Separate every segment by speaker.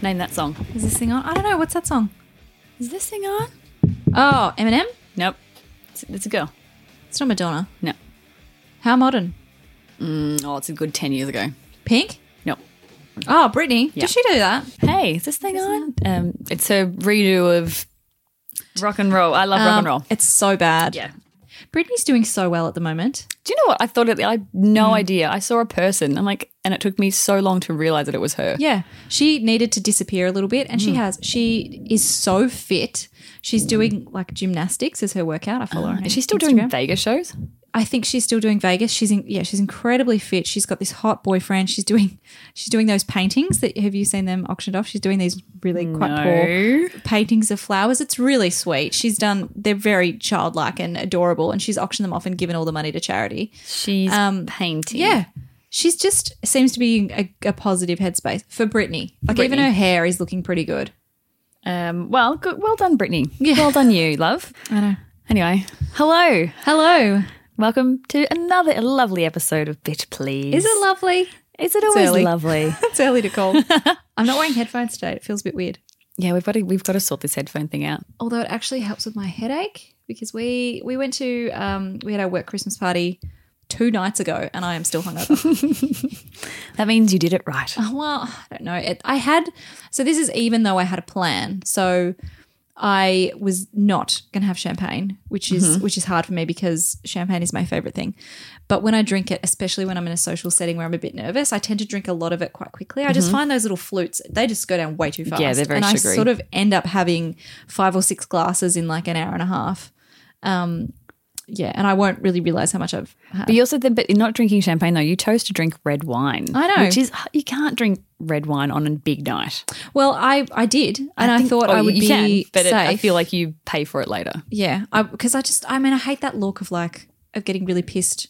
Speaker 1: Name that song.
Speaker 2: Is this thing on? I don't know. What's that song?
Speaker 1: Is this thing on?
Speaker 2: Oh, Eminem?
Speaker 1: Nope. It's, it's a girl.
Speaker 2: It's not Madonna.
Speaker 1: No.
Speaker 2: How modern?
Speaker 1: Mm, Oh, it's a good 10 years ago.
Speaker 2: Pink?
Speaker 1: Nope.
Speaker 2: Oh, Britney.
Speaker 1: Yeah.
Speaker 2: Does she do that?
Speaker 1: Hey, is this thing on? Um, it's a redo of rock and roll. I love rock
Speaker 2: Um,
Speaker 1: and roll.
Speaker 2: It's so bad.
Speaker 1: Yeah.
Speaker 2: Britney's doing so well at the moment.
Speaker 1: Do you know what? I thought it, I had no idea. I saw a person. I'm like, and it took me so long to realize that it was her.
Speaker 2: Yeah. She needed to disappear a little bit and
Speaker 1: Hmm.
Speaker 2: she has. She is so fit. She's doing like gymnastics as her workout. I follow her. on
Speaker 1: Is she Oh, still
Speaker 2: Instagram.
Speaker 1: doing Vegas shows?
Speaker 2: I think she's still doing Vegas. She's in, yeah, she's incredibly fit. She's got this hot boyfriend. She's doing she's doing those paintings that have you seen them auctioned off? She's doing these really quite poor paintings of flowers. It's really sweet. She's done they're very childlike and adorable and she's auctioned them off and given all the money to charity.
Speaker 1: She's painting.
Speaker 2: Yeah. She's just seems to be in a, a positive headspace for Britney. Like even
Speaker 1: Britney.
Speaker 2: her hair is looking pretty good.
Speaker 1: Um, well, good, well done, Brittany. Well done, you, love.
Speaker 2: I know.
Speaker 1: Anyway, hello.
Speaker 2: Hello.
Speaker 1: Welcome to another lovely episode of Bitch Please.
Speaker 2: Is it lovely?
Speaker 1: Is it always
Speaker 2: early.
Speaker 1: lovely?
Speaker 2: It's early to call. I'm not wearing headphones today. It feels a bit weird.
Speaker 1: yeah, we've got to we've got to sort this headphone thing out.
Speaker 2: although it actually helps with my headache because we we went to um, we had our work Christmas party two nights ago and I am still hungover.
Speaker 1: That means you did it right.
Speaker 2: well, I don't know. It, I had so this is even though I had a plan. So I was not going to have champagne, which is
Speaker 1: Mm-hmm.
Speaker 2: which is hard for me because champagne is my favorite thing. But when I drink it, especially when I'm in a social setting where I'm a bit nervous, I tend to drink a lot of it quite quickly. I just find those little flutes, they just go down way too fast.
Speaker 1: Mm-hmm. Yeah, they're very
Speaker 2: and
Speaker 1: sugary.
Speaker 2: I sort of end up having five or six glasses in like an hour and a half. Um yeah, and I won't really realize how much I've had.
Speaker 1: But you also then, but you're not drinking champagne though. You chose to drink red wine.
Speaker 2: I know.
Speaker 1: which is you can't drink red wine on a big night.
Speaker 2: Well, I I did, and I,
Speaker 1: think-
Speaker 2: thought
Speaker 1: oh,
Speaker 2: I would
Speaker 1: you
Speaker 2: be
Speaker 1: can, but
Speaker 2: safe.
Speaker 1: It, I feel like you pay for it later.
Speaker 2: Yeah, I because I just I mean I hate that look of like of getting really pissed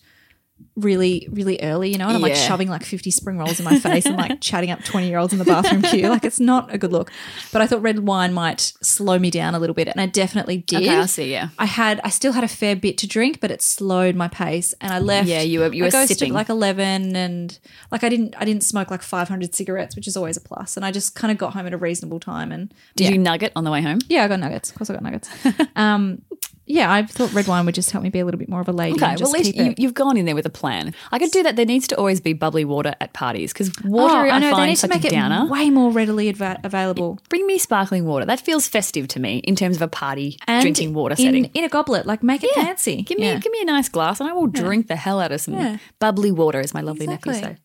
Speaker 2: really really early, you know, and I'm like
Speaker 1: Yeah.
Speaker 2: shoving like 50 spring rolls in my face and like chatting up 20 year olds in the bathroom queue. Like it's not a good look. But I thought red wine might slow me down a little bit and I definitely did.
Speaker 1: Okay, I see, yeah.
Speaker 2: I had I still had a fair bit to drink, but it slowed my pace and I left
Speaker 1: Yeah, you were- you
Speaker 2: I
Speaker 1: were
Speaker 2: ghosted
Speaker 1: sipping.
Speaker 2: like 11 and like I didn't I didn't smoke like 500 cigarettes, which is always a plus. And I just kind of got home at a reasonable time and
Speaker 1: Did you nugget on the way home?
Speaker 2: yeah, I got nuggets. Of course, I got nuggets. um, yeah, I thought red wine would just help me be a little bit more of a lady.
Speaker 1: Okay,
Speaker 2: and
Speaker 1: well,
Speaker 2: just
Speaker 1: at least
Speaker 2: keep it.
Speaker 1: you, you've gone in there with a plan. I could do that. There needs to always be bubbly water at parties because water,
Speaker 2: Oh,
Speaker 1: I, find, such a downer.
Speaker 2: way more readily adva- available.
Speaker 1: Bring me sparkling water. That feels festive to me in terms of a party
Speaker 2: And
Speaker 1: drinking water
Speaker 2: in,
Speaker 1: setting.
Speaker 2: in a goblet, like make it fancy.
Speaker 1: Give me
Speaker 2: Yeah.
Speaker 1: give me a nice glass, and I will drink the hell out of some
Speaker 2: Yeah.
Speaker 1: bubbly water, as my lovely nephew
Speaker 2: Exactly.
Speaker 1: said.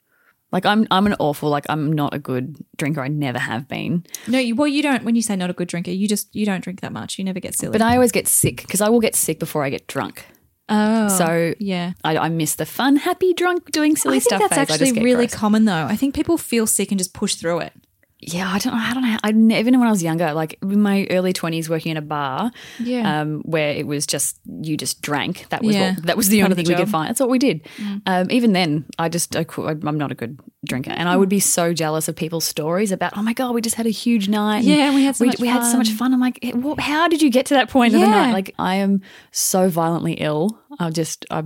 Speaker 1: Like I'm I'm an awful like I'm not a good drinker. I never have been,
Speaker 2: no. You, well, you don't. When you say not a good drinker, you just you don't drink that much. You never get silly.
Speaker 1: but I always get sick because I will get sick before I get drunk.
Speaker 2: oh,
Speaker 1: So
Speaker 2: yeah.
Speaker 1: I, I miss the fun, happy, drunk, doing silly
Speaker 2: I think
Speaker 1: stuff.
Speaker 2: that's
Speaker 1: phase. I just
Speaker 2: actually
Speaker 1: get
Speaker 2: really
Speaker 1: gross.
Speaker 2: common, though. I think people feel sick and just push through it.
Speaker 1: yeah. I don't know. I don't know. how- I ne- even when I was younger, like in my early twenties, working in a bar,
Speaker 2: Yeah.
Speaker 1: um, where it was just you just drank. That was
Speaker 2: Mm. Yeah.
Speaker 1: what, that was the
Speaker 2: Part
Speaker 1: only
Speaker 2: of the
Speaker 1: thing we
Speaker 2: job.
Speaker 1: could
Speaker 2: Mm.
Speaker 1: find. That's what we did. Um, even then, I just I, cou- I'm not a good drinker, and I would
Speaker 2: Mm.
Speaker 1: be so jealous of people's stories about oh my god, we just had a huge night. and
Speaker 2: Yeah, we had so much
Speaker 1: we had so much fun. I'm like, "Eh, wha- how did you get to that point of the
Speaker 2: Yeah.
Speaker 1: night? Like, I am so violently ill. I just I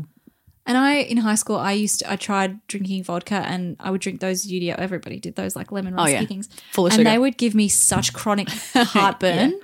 Speaker 2: And I in high school I used to, I tried drinking vodka and I would drink those UDO everybody did those like lemon rusky
Speaker 1: Oh, yeah.
Speaker 2: things.
Speaker 1: Full of
Speaker 2: and
Speaker 1: sugar.
Speaker 2: they would give me such chronic heartburn.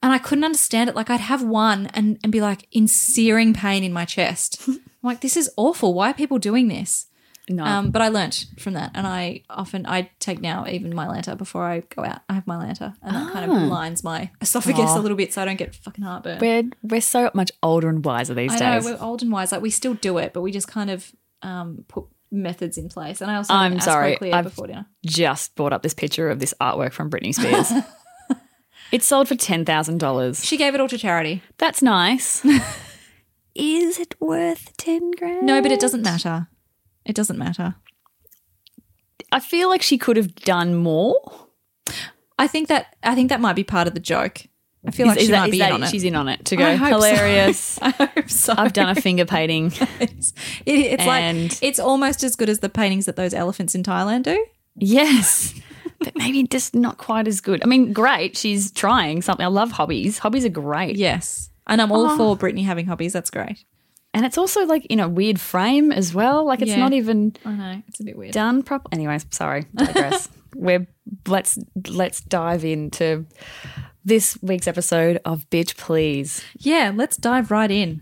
Speaker 2: And I couldn't understand it. Like I'd have one and, and be like in searing pain in my chest. I'm like, this is awful. Why are people doing this?
Speaker 1: no.
Speaker 2: Um, but I learnt from that, and I often I take now even my lanta before I go out. I have my lanta, and that kind
Speaker 1: Ah.
Speaker 2: of lines my esophagus a little bit, so I don't get fucking heartburn.
Speaker 1: we're we're so much older and wiser these
Speaker 2: I
Speaker 1: days.
Speaker 2: know we're old and wise. Like we still do it, but we just kind of um, put methods in place. And I also
Speaker 1: I'm
Speaker 2: had an
Speaker 1: sorry,
Speaker 2: Asproclear
Speaker 1: I've-
Speaker 2: before dinner.
Speaker 1: Just brought up this picture of this artwork from Britney Spears. it sold for ten thousand dollars.
Speaker 2: She gave it all to charity.
Speaker 1: That's nice. Is it worth 10 grand?
Speaker 2: No, but it doesn't matter. It doesn't matter.
Speaker 1: I feel like she could have done more.
Speaker 2: I think that I think that might be part of the joke. I feel like she
Speaker 1: that-
Speaker 2: might be
Speaker 1: that
Speaker 2: in on
Speaker 1: it?
Speaker 2: it.
Speaker 1: She's in on it to go
Speaker 2: I hope so.
Speaker 1: hilarious.
Speaker 2: I hope so.
Speaker 1: I've done a finger painting.
Speaker 2: It's, it, it's
Speaker 1: And-
Speaker 2: like it's almost as good as the paintings that those elephants in Thailand do.
Speaker 1: yes. But maybe just not quite as good. I mean, great. She's trying something. I love hobbies. Hobbies are great.
Speaker 2: Yes, and I'm
Speaker 1: Oh.
Speaker 2: all for Brittany having hobbies. That's great.
Speaker 1: And it's also like in a weird frame as well. Like it's
Speaker 2: Yeah.
Speaker 1: not even
Speaker 2: I know it's a bit weird.
Speaker 1: done properly. Anyways, sorry. I digress. we're let's let's dive into this week's episode of Bitch Please.
Speaker 2: Yeah, let's dive right in.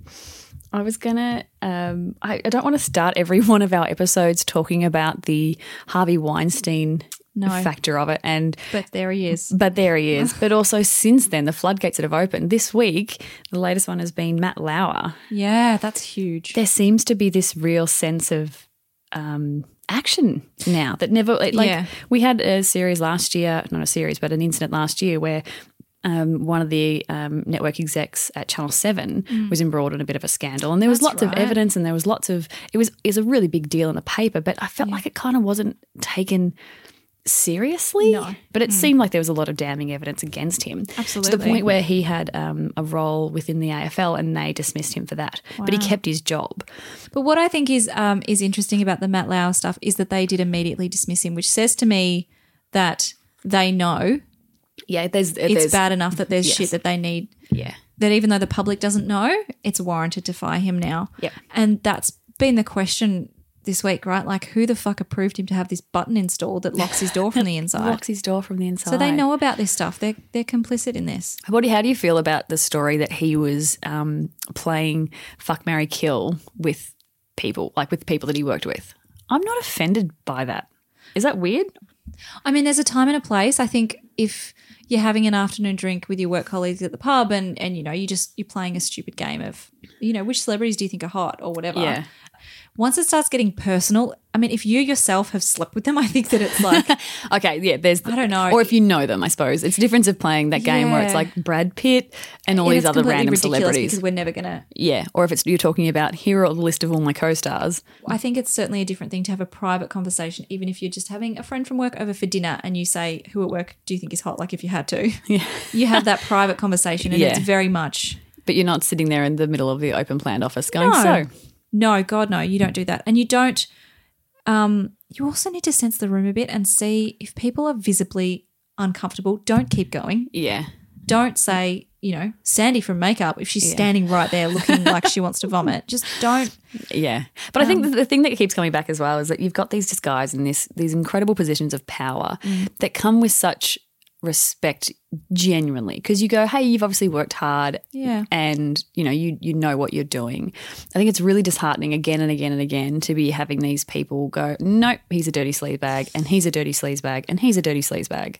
Speaker 1: I was gonna. Um, I, I don't want to start every one of our episodes talking about the Harvey Weinstein
Speaker 2: No.
Speaker 1: factor of it, and
Speaker 2: But there he is.
Speaker 1: but there he is. but also since then, the floodgates that have opened. This week, the latest one has been Matt Lauer.
Speaker 2: Yeah, that's huge.
Speaker 1: There seems to be this real sense of um, action now that never like
Speaker 2: Yeah.
Speaker 1: we had a series last year, not a series, but an incident last year where. Um, one of the um, network execs at Channel Seven was embroiled in a bit of a scandal, and there was lots of
Speaker 2: Mm. right.
Speaker 1: evidence, and there was lots of it was is a really big deal in the paper, but I felt like it kind of wasn't taken seriously.
Speaker 2: No. Hmm.
Speaker 1: But it seemed like there was a lot of damning evidence against him. To the
Speaker 2: Absolutely.
Speaker 1: point where he had um, a role within the AFL and they dismissed him for that. But he kept his job.
Speaker 2: But what I think is um, is interesting about the Matt Lauer stuff is that they did immediately dismiss him, which says to me that they know
Speaker 1: Yeah, there's.
Speaker 2: it's
Speaker 1: there's,
Speaker 2: bad enough that there's shit that they need
Speaker 1: Yeah.
Speaker 2: that even though the public doesn't know, it's warranted to fire him now.
Speaker 1: Yep.
Speaker 2: And that's been the question this week, right? Like who the fuck approved him to have this button installed that locks his door from the inside?
Speaker 1: Locks his door from the inside.
Speaker 2: So they know about this stuff. They're they're complicit in this.
Speaker 1: What, do- how do you feel about the story that he was um, playing Fuck Mary Kill with people, like with people that he worked with? I'm not offended by that. Is that weird?
Speaker 2: I mean, there's a time and a place. I think if you're having an afternoon drink with your work colleagues at the pub and and you know, you just you're playing a stupid game of, you know, which celebrities do you think are hot or whatever.
Speaker 1: Yeah.
Speaker 2: Once it starts getting personal, I mean, if you yourself have slept with them, I think that it's like
Speaker 1: Okay, yeah, there's.
Speaker 2: I don't know.
Speaker 1: Or if you know them, I suppose. It's a difference of playing that game where it's
Speaker 2: Yeah.
Speaker 1: like Brad Pitt and all
Speaker 2: and
Speaker 1: these
Speaker 2: it's
Speaker 1: other
Speaker 2: completely
Speaker 1: random
Speaker 2: ridiculous
Speaker 1: celebrities.
Speaker 2: because we're never gonna
Speaker 1: Yeah, or if it's you're talking about here are the list of all my co-stars.
Speaker 2: I think it's certainly a different thing to have a private conversation, even if you're just having a friend from work over for dinner and you say, Who at work do you think is hot? Like if you had to. Yeah. You have that private conversation and it's
Speaker 1: Yeah.
Speaker 2: very much
Speaker 1: But you're not sitting there in the middle of the open planned office going,
Speaker 2: No.
Speaker 1: so
Speaker 2: No, God no, you don't do that. And you don't um you also need to sense the room a bit and see if people are visibly uncomfortable, don't keep going.
Speaker 1: yeah,
Speaker 2: Don't say, you know, Sandy from makeup if she's standing right there looking like she wants to vomit. Just don't
Speaker 1: yeah. But I think the, the thing that keeps coming back as well is that you've got these just guys in this these incredible positions of power that come with such respect genuinely because you go, hey, you've obviously worked hard,
Speaker 2: Yeah.
Speaker 1: and you know you you know what you're doing. I think it's really disheartening again and again and again to be having these people go, nope, he's a dirty sleaze bag, and he's a dirty sleaze bag, and he's a dirty sleaze bag.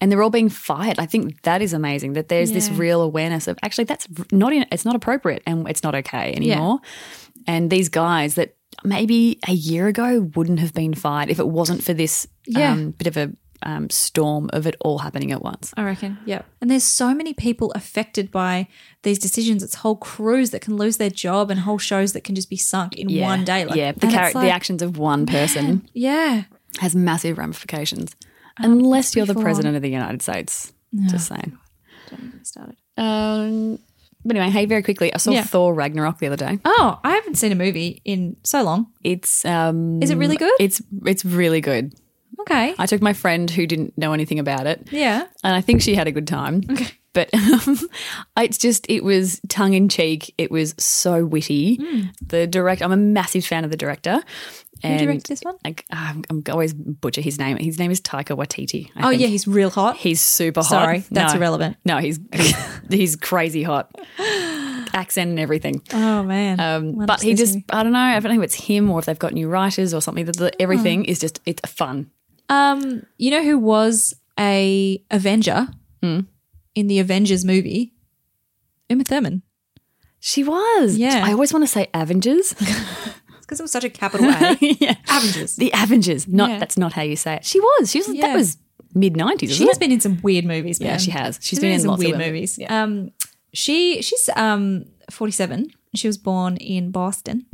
Speaker 1: And they're all being fired. I think that is amazing that there's this
Speaker 2: Yeah.
Speaker 1: real awareness of actually that's not in, it's not appropriate and it's not okay anymore. And these guys that maybe a year ago wouldn't have been fired if it wasn't for this
Speaker 2: Yeah.
Speaker 1: um, bit of a um, storm of it all happening at once.
Speaker 2: I reckon. Yep. And there's so many people affected by these decisions. It's whole crews that can lose their job and whole shows that can just be sunk in one day. Like,
Speaker 1: yeah, the,
Speaker 2: and it's
Speaker 1: char- the
Speaker 2: like-
Speaker 1: actions of one person.
Speaker 2: Yeah.
Speaker 1: has massive ramifications,
Speaker 2: Oh,
Speaker 1: unless you're the
Speaker 2: full
Speaker 1: president of the United States. Just saying.
Speaker 2: Don't get me started.
Speaker 1: Um, but anyway, hey, very quickly, I saw
Speaker 2: Yeah.
Speaker 1: Thor Ragnarok the other day.
Speaker 2: Oh, I haven't seen a movie in so long.
Speaker 1: It's um,
Speaker 2: Is Mm, it really good?
Speaker 1: It's it's really good.
Speaker 2: Okay.
Speaker 1: I took my friend who didn't know anything about it,
Speaker 2: yeah.
Speaker 1: and I think she had a good time. Okay. But um, it's just it was tongue in cheek. It was so witty. The direct. I'm a massive fan of the director.
Speaker 2: Hmm. Who
Speaker 1: And
Speaker 2: directed this one?
Speaker 1: I, I'm, I'm always butcher his name. His name is Taika Waititi. I
Speaker 2: Oh,
Speaker 1: think.
Speaker 2: yeah. He's real hot.
Speaker 1: He's super hot.
Speaker 2: Sorry. That's
Speaker 1: No.
Speaker 2: irrelevant.
Speaker 1: No, he's he's, he's crazy hot. Accent and everything.
Speaker 2: Oh, man.
Speaker 1: Um,
Speaker 2: Why
Speaker 1: but
Speaker 2: not
Speaker 1: he
Speaker 2: this
Speaker 1: just,
Speaker 2: movie?
Speaker 1: I don't know, I don't know if it's him or if they've got new writers or something. That the, everything
Speaker 2: Hmm.
Speaker 1: is just, it's fun.
Speaker 2: Um, you know who was a Avenger in the Avengers movie? Uma Thurman.
Speaker 1: She was.
Speaker 2: Yeah.
Speaker 1: I always want to say Avengers.
Speaker 2: Because it was such a capital A.
Speaker 1: yeah.
Speaker 2: Avengers.
Speaker 1: The Avengers. Not,
Speaker 2: Yeah.
Speaker 1: that's not how you say it. She was. She was,
Speaker 2: Yeah.
Speaker 1: that was mid 90s,
Speaker 2: She
Speaker 1: isn't
Speaker 2: has
Speaker 1: it?
Speaker 2: been in some weird movies. Man.
Speaker 1: Yeah, she has. She's
Speaker 2: She's
Speaker 1: been,
Speaker 2: been,
Speaker 1: in,
Speaker 2: some
Speaker 1: lots
Speaker 2: weird
Speaker 1: of them.
Speaker 2: movies. Um, she she's um 47. She was born in Boston.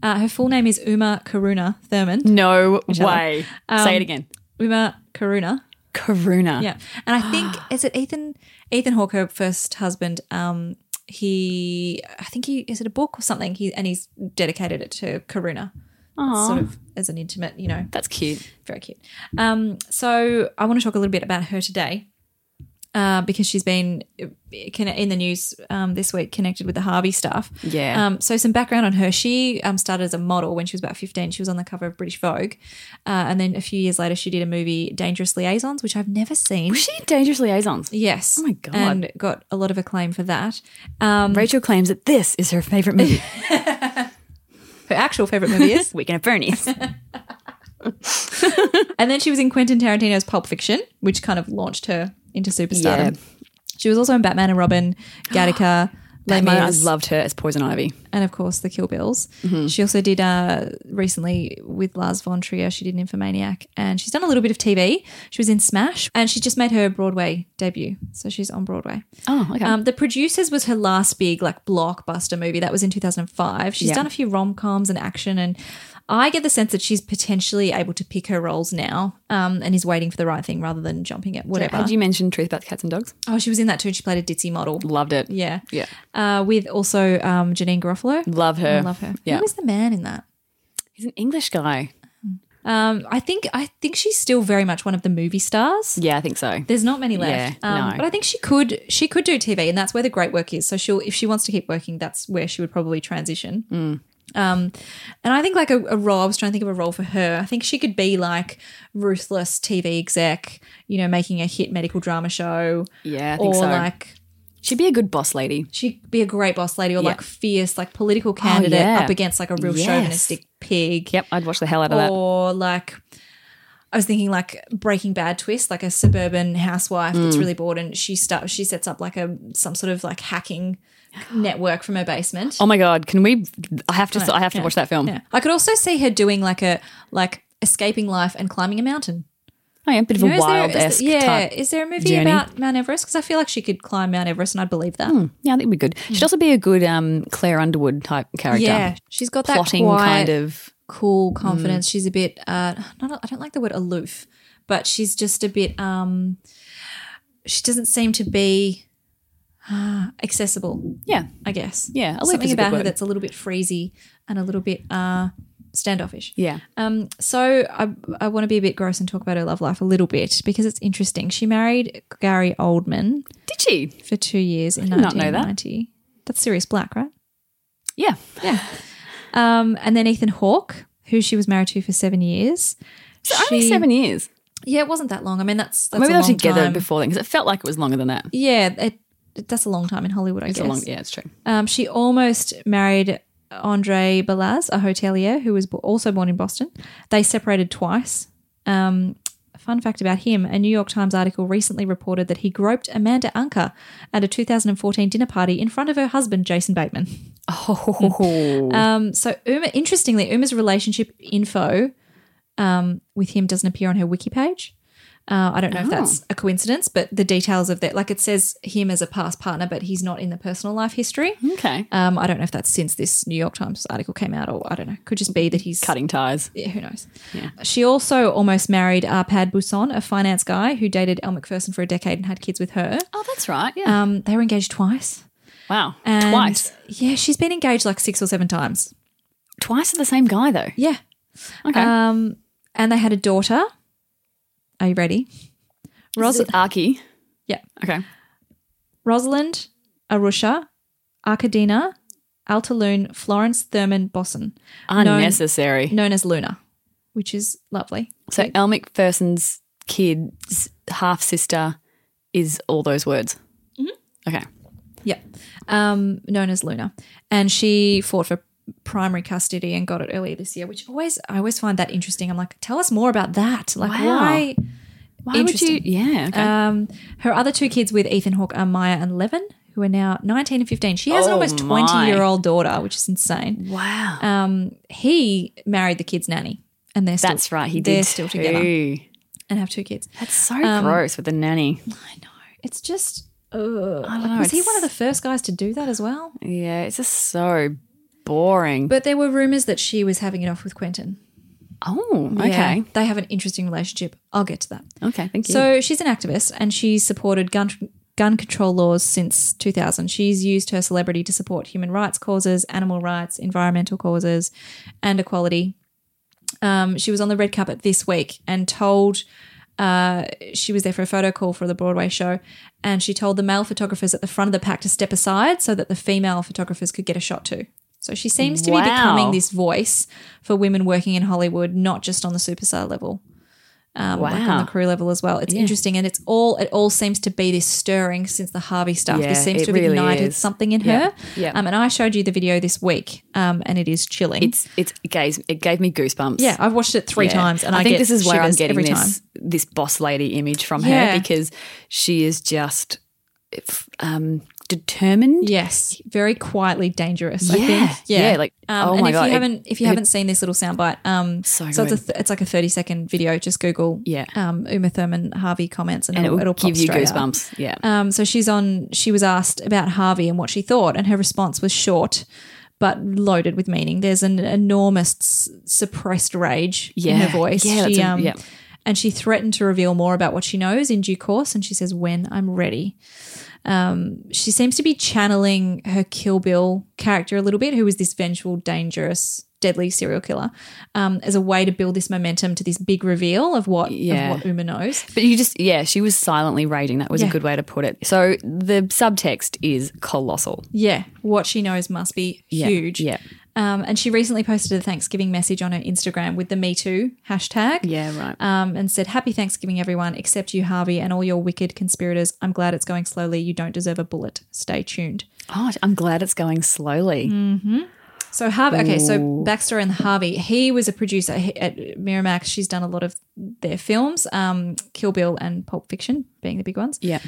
Speaker 2: Uh, her full name is Uma Karuna Thurman.
Speaker 1: No way. say it again.
Speaker 2: Uma Karuna.
Speaker 1: Um, Karuna.
Speaker 2: Yeah, and I think is it Ethan Ethan Hawke, her first husband. Um, he I think he is it a book or something. He and he's dedicated it to Karuna, sort of as an intimate, you know,
Speaker 1: That's cute.
Speaker 2: very cute. Um, so I want to talk a little bit about her today. uh, because she's been uh, conne- in the news um, this week connected with the Harvey stuff.
Speaker 1: Yeah.
Speaker 2: Um, so some background on her: she um, started as a model when she was about fifteen. She was on the cover of British Vogue, uh, and then a few years later, she did a movie, Dangerous Liaisons, which I've never seen.
Speaker 1: Was she in Dangerous Liaisons?
Speaker 2: Yes.
Speaker 1: Oh my God.
Speaker 2: And got a lot of acclaim for that. Um,
Speaker 1: Rachel claims that this is her favorite movie,
Speaker 2: her actual favorite movie is.
Speaker 1: Weekend at Bernie's.
Speaker 2: And then she was in Quentin Tarantino's Pulp Fiction, which kind of launched her into superstardom.
Speaker 1: Yeah.
Speaker 2: She was also in Batman and Robin, Gattaca, Les
Speaker 1: And I
Speaker 2: Mis,
Speaker 1: loved her as Poison Ivy.
Speaker 2: and of course the Kill Bills.
Speaker 1: Mm-hmm.
Speaker 2: She also did uh, recently with Lars von Trier. She did Infomaniac, and she's done a little bit of TV. She was in Smash, and she just made her Broadway debut, so she's on Broadway.
Speaker 1: Oh, okay.
Speaker 2: Um, the Producers was her last big like blockbuster movie. That was in 2005. She's
Speaker 1: Yeah.
Speaker 2: done a few rom coms and action, and I get the sense that she's potentially able to pick her roles now, um, and is waiting for the right thing rather than jumping at whatever.
Speaker 1: Had you mentioned Truth About Cats and Dogs?
Speaker 2: oh, she was in that too. and She played a ditzy model.
Speaker 1: Loved it.
Speaker 2: Yeah,
Speaker 1: Yeah.
Speaker 2: Uh, with also um, Janine Garofalo.
Speaker 1: Love her.
Speaker 2: I love her.
Speaker 1: Yeah.
Speaker 2: Who was the man in that?
Speaker 1: He's an English guy.
Speaker 2: Um, I think I think she's still very much one of the movie stars.
Speaker 1: Yeah, I think so.
Speaker 2: There's not many left,
Speaker 1: Yeah,
Speaker 2: um,
Speaker 1: no.
Speaker 2: but I think she could she could do TV, and that's where the great work is. So she'll if she wants to keep working, that's where she would probably transition.
Speaker 1: Mm.
Speaker 2: Um, and I think like a, a role. I was trying to think of a role for her. I think she could be like ruthless TV exec, you know, making a hit medical drama show,
Speaker 1: Yeah, I think
Speaker 2: or
Speaker 1: so.
Speaker 2: like
Speaker 1: She'd be a good boss lady.
Speaker 2: she'd be a great boss lady, or like fierce like political
Speaker 1: Oh, yeah.
Speaker 2: candidate up against like a real
Speaker 1: Yes.
Speaker 2: chauvinistic pig
Speaker 1: Yep, I'd watch the hell out of that.
Speaker 2: or like I was thinking like Breaking Bad twist, like a suburban housewife
Speaker 1: Mm.
Speaker 2: that's really bored and she starts she sets up like a some sort of like hacking network from her basement.
Speaker 1: Oh my god, can we? I have to. I have to watch that film.
Speaker 2: Yeah. I could also see her doing like a like escaping life and climbing a mountain.
Speaker 1: Oh yeah, a bit of
Speaker 2: You know,
Speaker 1: a
Speaker 2: is there-
Speaker 1: wild
Speaker 2: is there-
Speaker 1: esque
Speaker 2: yeah,
Speaker 1: type.
Speaker 2: is there a movie
Speaker 1: journey. Hmm.
Speaker 2: about Mount Everest? Because I feel like she could climb Mount Everest and I'd believe that.
Speaker 1: Yeah, I think it'd be good. She'd also be a good um, Claire Underwood type character.
Speaker 2: Hmm. Yeah, she's got that
Speaker 1: plotting
Speaker 2: quiet,
Speaker 1: kind of.
Speaker 2: cool
Speaker 1: Mm.
Speaker 2: confidence. She's a bit uh not I don't like the word aloof, but she's just a bit um she doesn't seem to be uh, accessible,
Speaker 1: Yeah,
Speaker 2: I guess.
Speaker 1: Yeah, aloof
Speaker 2: Something
Speaker 1: is a good
Speaker 2: about her
Speaker 1: word.
Speaker 2: that's a little bit freezy and a little bit uh standoffish.
Speaker 1: yeah.
Speaker 2: Um, so I I want to be a bit gross and talk about her love life a little bit because it's interesting. She married Gary Oldman
Speaker 1: Did she?
Speaker 2: for two years in
Speaker 1: did not know that.
Speaker 2: 1990. That's Sirius Black, right?
Speaker 1: Yeah.
Speaker 2: Um, and then Ethan Hawke, who she was married to for seven years.
Speaker 1: So only seven years.
Speaker 2: Yeah, it wasn't that long. I mean, that's, that's
Speaker 1: Maybe
Speaker 2: a
Speaker 1: they were
Speaker 2: long
Speaker 1: together
Speaker 2: time.
Speaker 1: before then, because it felt like it was longer than that.
Speaker 2: Yeah, it, it- that's a long time in Hollywood. I
Speaker 1: It's
Speaker 2: guess.
Speaker 1: a long. Yeah, it's true.
Speaker 2: um, she almost married Andre Balaz, a hotelier who was bo- also born in Boston. They separated twice. Um, fun fact about him: a New York Times article recently reported that he groped Amanda Anker at a 2014 dinner party in front of her husband Jason Bateman.
Speaker 1: Oh,
Speaker 2: Um, so Uma, interestingly, Uma's relationship info um, with him doesn't appear on her wiki page. Uh, I don't know if that's a coincidence, but the details of that, like it says him as a past partner, but he's not in the personal life history.
Speaker 1: okay.
Speaker 2: Um, I don't know if that's since this New York Times article came out, or I don't know. Could just be that he's
Speaker 1: Cutting ties.
Speaker 2: yeah, who knows? She also almost married Arpad Busson, a finance guy who dated Elle McPherson for a decade and had kids with her.
Speaker 1: Oh, that's right. Yeah.
Speaker 2: Um, they were engaged twice.
Speaker 1: wow.
Speaker 2: And
Speaker 1: twice.
Speaker 2: Yeah, she's been engaged like six or seven times.
Speaker 1: Twice to the same guy though.
Speaker 2: Yeah,
Speaker 1: Okay.
Speaker 2: Um, and they had a daughter. Are you ready?
Speaker 1: Ros- Arky.
Speaker 2: Yeah.
Speaker 1: Okay.
Speaker 2: Rosalind, Arusha, Arkadina, Altaloon, Florence Thurman Bosson,
Speaker 1: Unnecessary.
Speaker 2: known as Luna, which is lovely.
Speaker 1: So Elle McPherson's kid's half sister is all those words.
Speaker 2: Mm-hmm.
Speaker 1: Okay.
Speaker 2: Yeah. Um, known as Luna. And she fought for primary custody and got it earlier this year, which always I always find that interesting. I'm like, tell us more about that. Like
Speaker 1: Wow.
Speaker 2: why Oh,
Speaker 1: Why would you? Yeah. Okay.
Speaker 2: Um, her other two kids with Ethan Hawke are Maya and Levin, who are now 19 and 15. She has an
Speaker 1: Oh,
Speaker 2: almost
Speaker 1: my.
Speaker 2: 20 year old daughter, which is insane.
Speaker 1: wow.
Speaker 2: Um, he married the kid's nanny, and they're still,
Speaker 1: That's right. He did.
Speaker 2: they're still together
Speaker 1: too. Um,
Speaker 2: and have two kids.
Speaker 1: That's so gross with the nanny.
Speaker 2: I know. It's just. Ugh.
Speaker 1: don't know,
Speaker 2: was he
Speaker 1: it's-
Speaker 2: one of the first guys to do that as well?
Speaker 1: Yeah. It's just so boring.
Speaker 2: But there were rumors that she was having it off with Quentin.
Speaker 1: oh,
Speaker 2: Yeah.
Speaker 1: okay.
Speaker 2: they have an interesting relationship. I'll get to that.
Speaker 1: Okay. Thank you.
Speaker 2: So she's an activist and she's supported gun gun control laws since 2000. She's used her celebrity to support human rights causes, animal rights, environmental causes, and equality. Um, she was on the red carpet this week and told Uh, she was there for a photo call for the Broadway show, and she told the male photographers at the front of the pack to step aside so that the female photographers could get a shot too. So she seems to
Speaker 1: Wow.
Speaker 2: be becoming this voice for women working in Hollywood, not just on the superstar level, um, like
Speaker 1: Wow.
Speaker 2: on the crew level as well. It's interesting, and it's all it all seems to be this stirring since the Harvey stuff.
Speaker 1: Yeah,
Speaker 2: this seems
Speaker 1: it
Speaker 2: to have
Speaker 1: really
Speaker 2: ignited
Speaker 1: is.
Speaker 2: something in
Speaker 1: Yeah.
Speaker 2: her.
Speaker 1: Yeah.
Speaker 2: Um, and I showed you the video this week, um, and it is chilling.
Speaker 1: It's it's it gave it gave me goosebumps.
Speaker 2: yeah, I've watched it three
Speaker 1: Yeah.
Speaker 2: times, and I,
Speaker 1: think
Speaker 2: get
Speaker 1: this is where I'm
Speaker 2: shivers
Speaker 1: getting
Speaker 2: every
Speaker 1: this
Speaker 2: time.
Speaker 1: this boss lady image from
Speaker 2: Yeah.
Speaker 1: her because she is just if, um, determined.
Speaker 2: Yes, very quietly dangerous. I
Speaker 1: Yeah,
Speaker 2: think. Yeah,
Speaker 1: yeah, like,
Speaker 2: um,
Speaker 1: oh
Speaker 2: and
Speaker 1: my
Speaker 2: if
Speaker 1: God,
Speaker 2: you
Speaker 1: it-
Speaker 2: haven't if you haven't seen this little soundbite, um,
Speaker 1: So
Speaker 2: it's a
Speaker 1: good.
Speaker 2: th- it's like a thirty second video. Just Google
Speaker 1: Yeah.
Speaker 2: um, Uma Thurman Harvey comments, and,
Speaker 1: and it
Speaker 2: it'll,
Speaker 1: will
Speaker 2: it'll pop
Speaker 1: give you
Speaker 2: straight up.
Speaker 1: goosebumps. Yeah.
Speaker 2: Um, so she's on. She was asked about Harvey and what she thought, and her response was short, but loaded with meaning. There's an enormous s- suppressed rage in
Speaker 1: Yeah.
Speaker 2: her voice.
Speaker 1: Yeah, that's
Speaker 2: she, um,
Speaker 1: a- yeah.
Speaker 2: and she threatened to reveal more about what she knows in due course. And she says, "When I'm ready." Um, she seems to be channeling her Kill Bill character a little bit, who was this vengeful, dangerous, deadly serial killer, um, as a way to build this momentum to this big reveal of what
Speaker 1: Yeah.
Speaker 2: of what Uma knows.
Speaker 1: But you just, yeah, she was silently raging. That was
Speaker 2: Yeah.
Speaker 1: a good way to put it. So the subtext is colossal.
Speaker 2: Yeah, what she knows must be huge.
Speaker 1: Yeah.
Speaker 2: Um, and she recently posted a Thanksgiving message on her Instagram with the Me Too hashtag.
Speaker 1: Yeah, right.
Speaker 2: Um, and said, Happy Thanksgiving, everyone, except you, Harvey, and all your wicked conspirators. I'm glad it's going slowly. You don't deserve a bullet. Stay tuned.
Speaker 1: Oh, I'm glad it's going slowly.
Speaker 2: So, Harvey, okay, so backstory on Harvey. He was a producer he- at Miramax. She's done a lot of their films, um, Kill Bill and Pulp Fiction being the big ones.
Speaker 1: Yeah.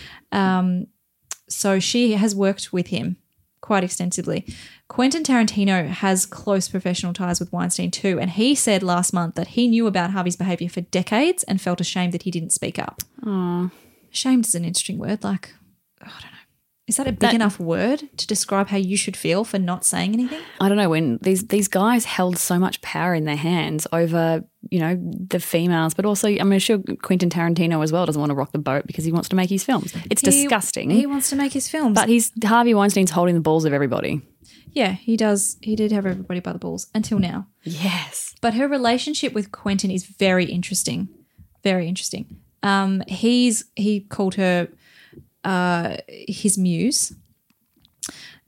Speaker 2: So she has worked with him quite extensively. Quentin Tarantino has close professional ties with Weinstein too, and he said last month that he knew about Harvey's behavior for decades and felt ashamed that he didn't speak up. Ashamed is an interesting word. Like, I don't know. Is that a big enough word to describe how you should feel for not saying anything?
Speaker 1: I don't know when these these guys held so much power in their hands over you know the females, but also I'm sure Quentin Tarantino as well doesn't want to rock the boat because he wants to make his films. It's
Speaker 2: He-
Speaker 1: disgusting,
Speaker 2: He wants to make his films.
Speaker 1: but he's Harvey Weinstein's holding the balls of everybody.
Speaker 2: yeah, he does. He did have everybody by the balls until now.
Speaker 1: Yes,
Speaker 2: But her relationship with Quentin is very interesting. Very interesting. Um, he's he called her uh, his muse,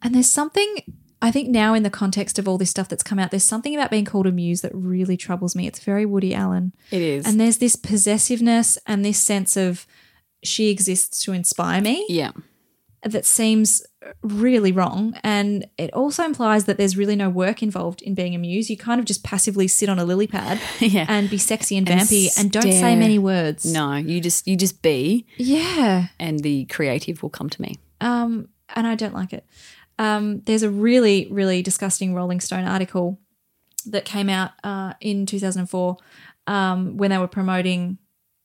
Speaker 2: and there's something I think now in the context of all this stuff that's come out, there's something about being called a muse that really troubles me. It's very Woody Allen,
Speaker 1: it is.
Speaker 2: and there's this possessiveness and this sense of she exists to inspire me
Speaker 1: yeah,
Speaker 2: that seems really wrong. And it also implies that there's really no work involved in being a muse. You kind of just passively sit on a lily pad
Speaker 1: Yeah.
Speaker 2: and be sexy and vampy and, don't say
Speaker 1: stare.
Speaker 2: many words.
Speaker 1: no, you just you just be,
Speaker 2: Yeah.
Speaker 1: and the creative will come to me.
Speaker 2: Um, and I don't like it. Um, there's a really, really disgusting Rolling Stone article that came out uh, in 2004 um, when they were promoting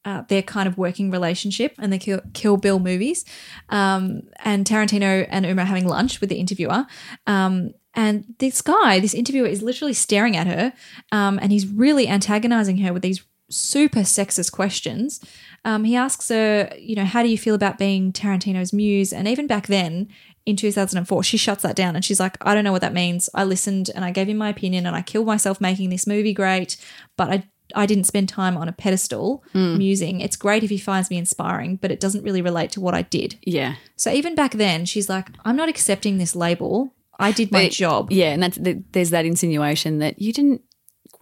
Speaker 2: uh, their kind of working relationship and the Kill, Kill Bill movies. Um, and Tarantino and Uma are having lunch with the interviewer. Um, and this guy, this interviewer, is literally staring at her um, and he's really antagonizing her with these super sexist questions. Um, he asks her, you know, how do you feel about being Tarantino's muse? And even back then, in 2004, she shuts that down and she's like, I don't know what that means. I listened and I gave him my opinion and I killed myself making this movie great, but I I didn't spend time on a pedestal musing. It's great if he finds me inspiring, but it doesn't really relate to what I did.
Speaker 1: Yeah,
Speaker 2: So even back then, she's like, I'm not accepting this label. I did my
Speaker 1: But-
Speaker 2: job.
Speaker 1: yeah, and that's the, there's that insinuation that you didn't.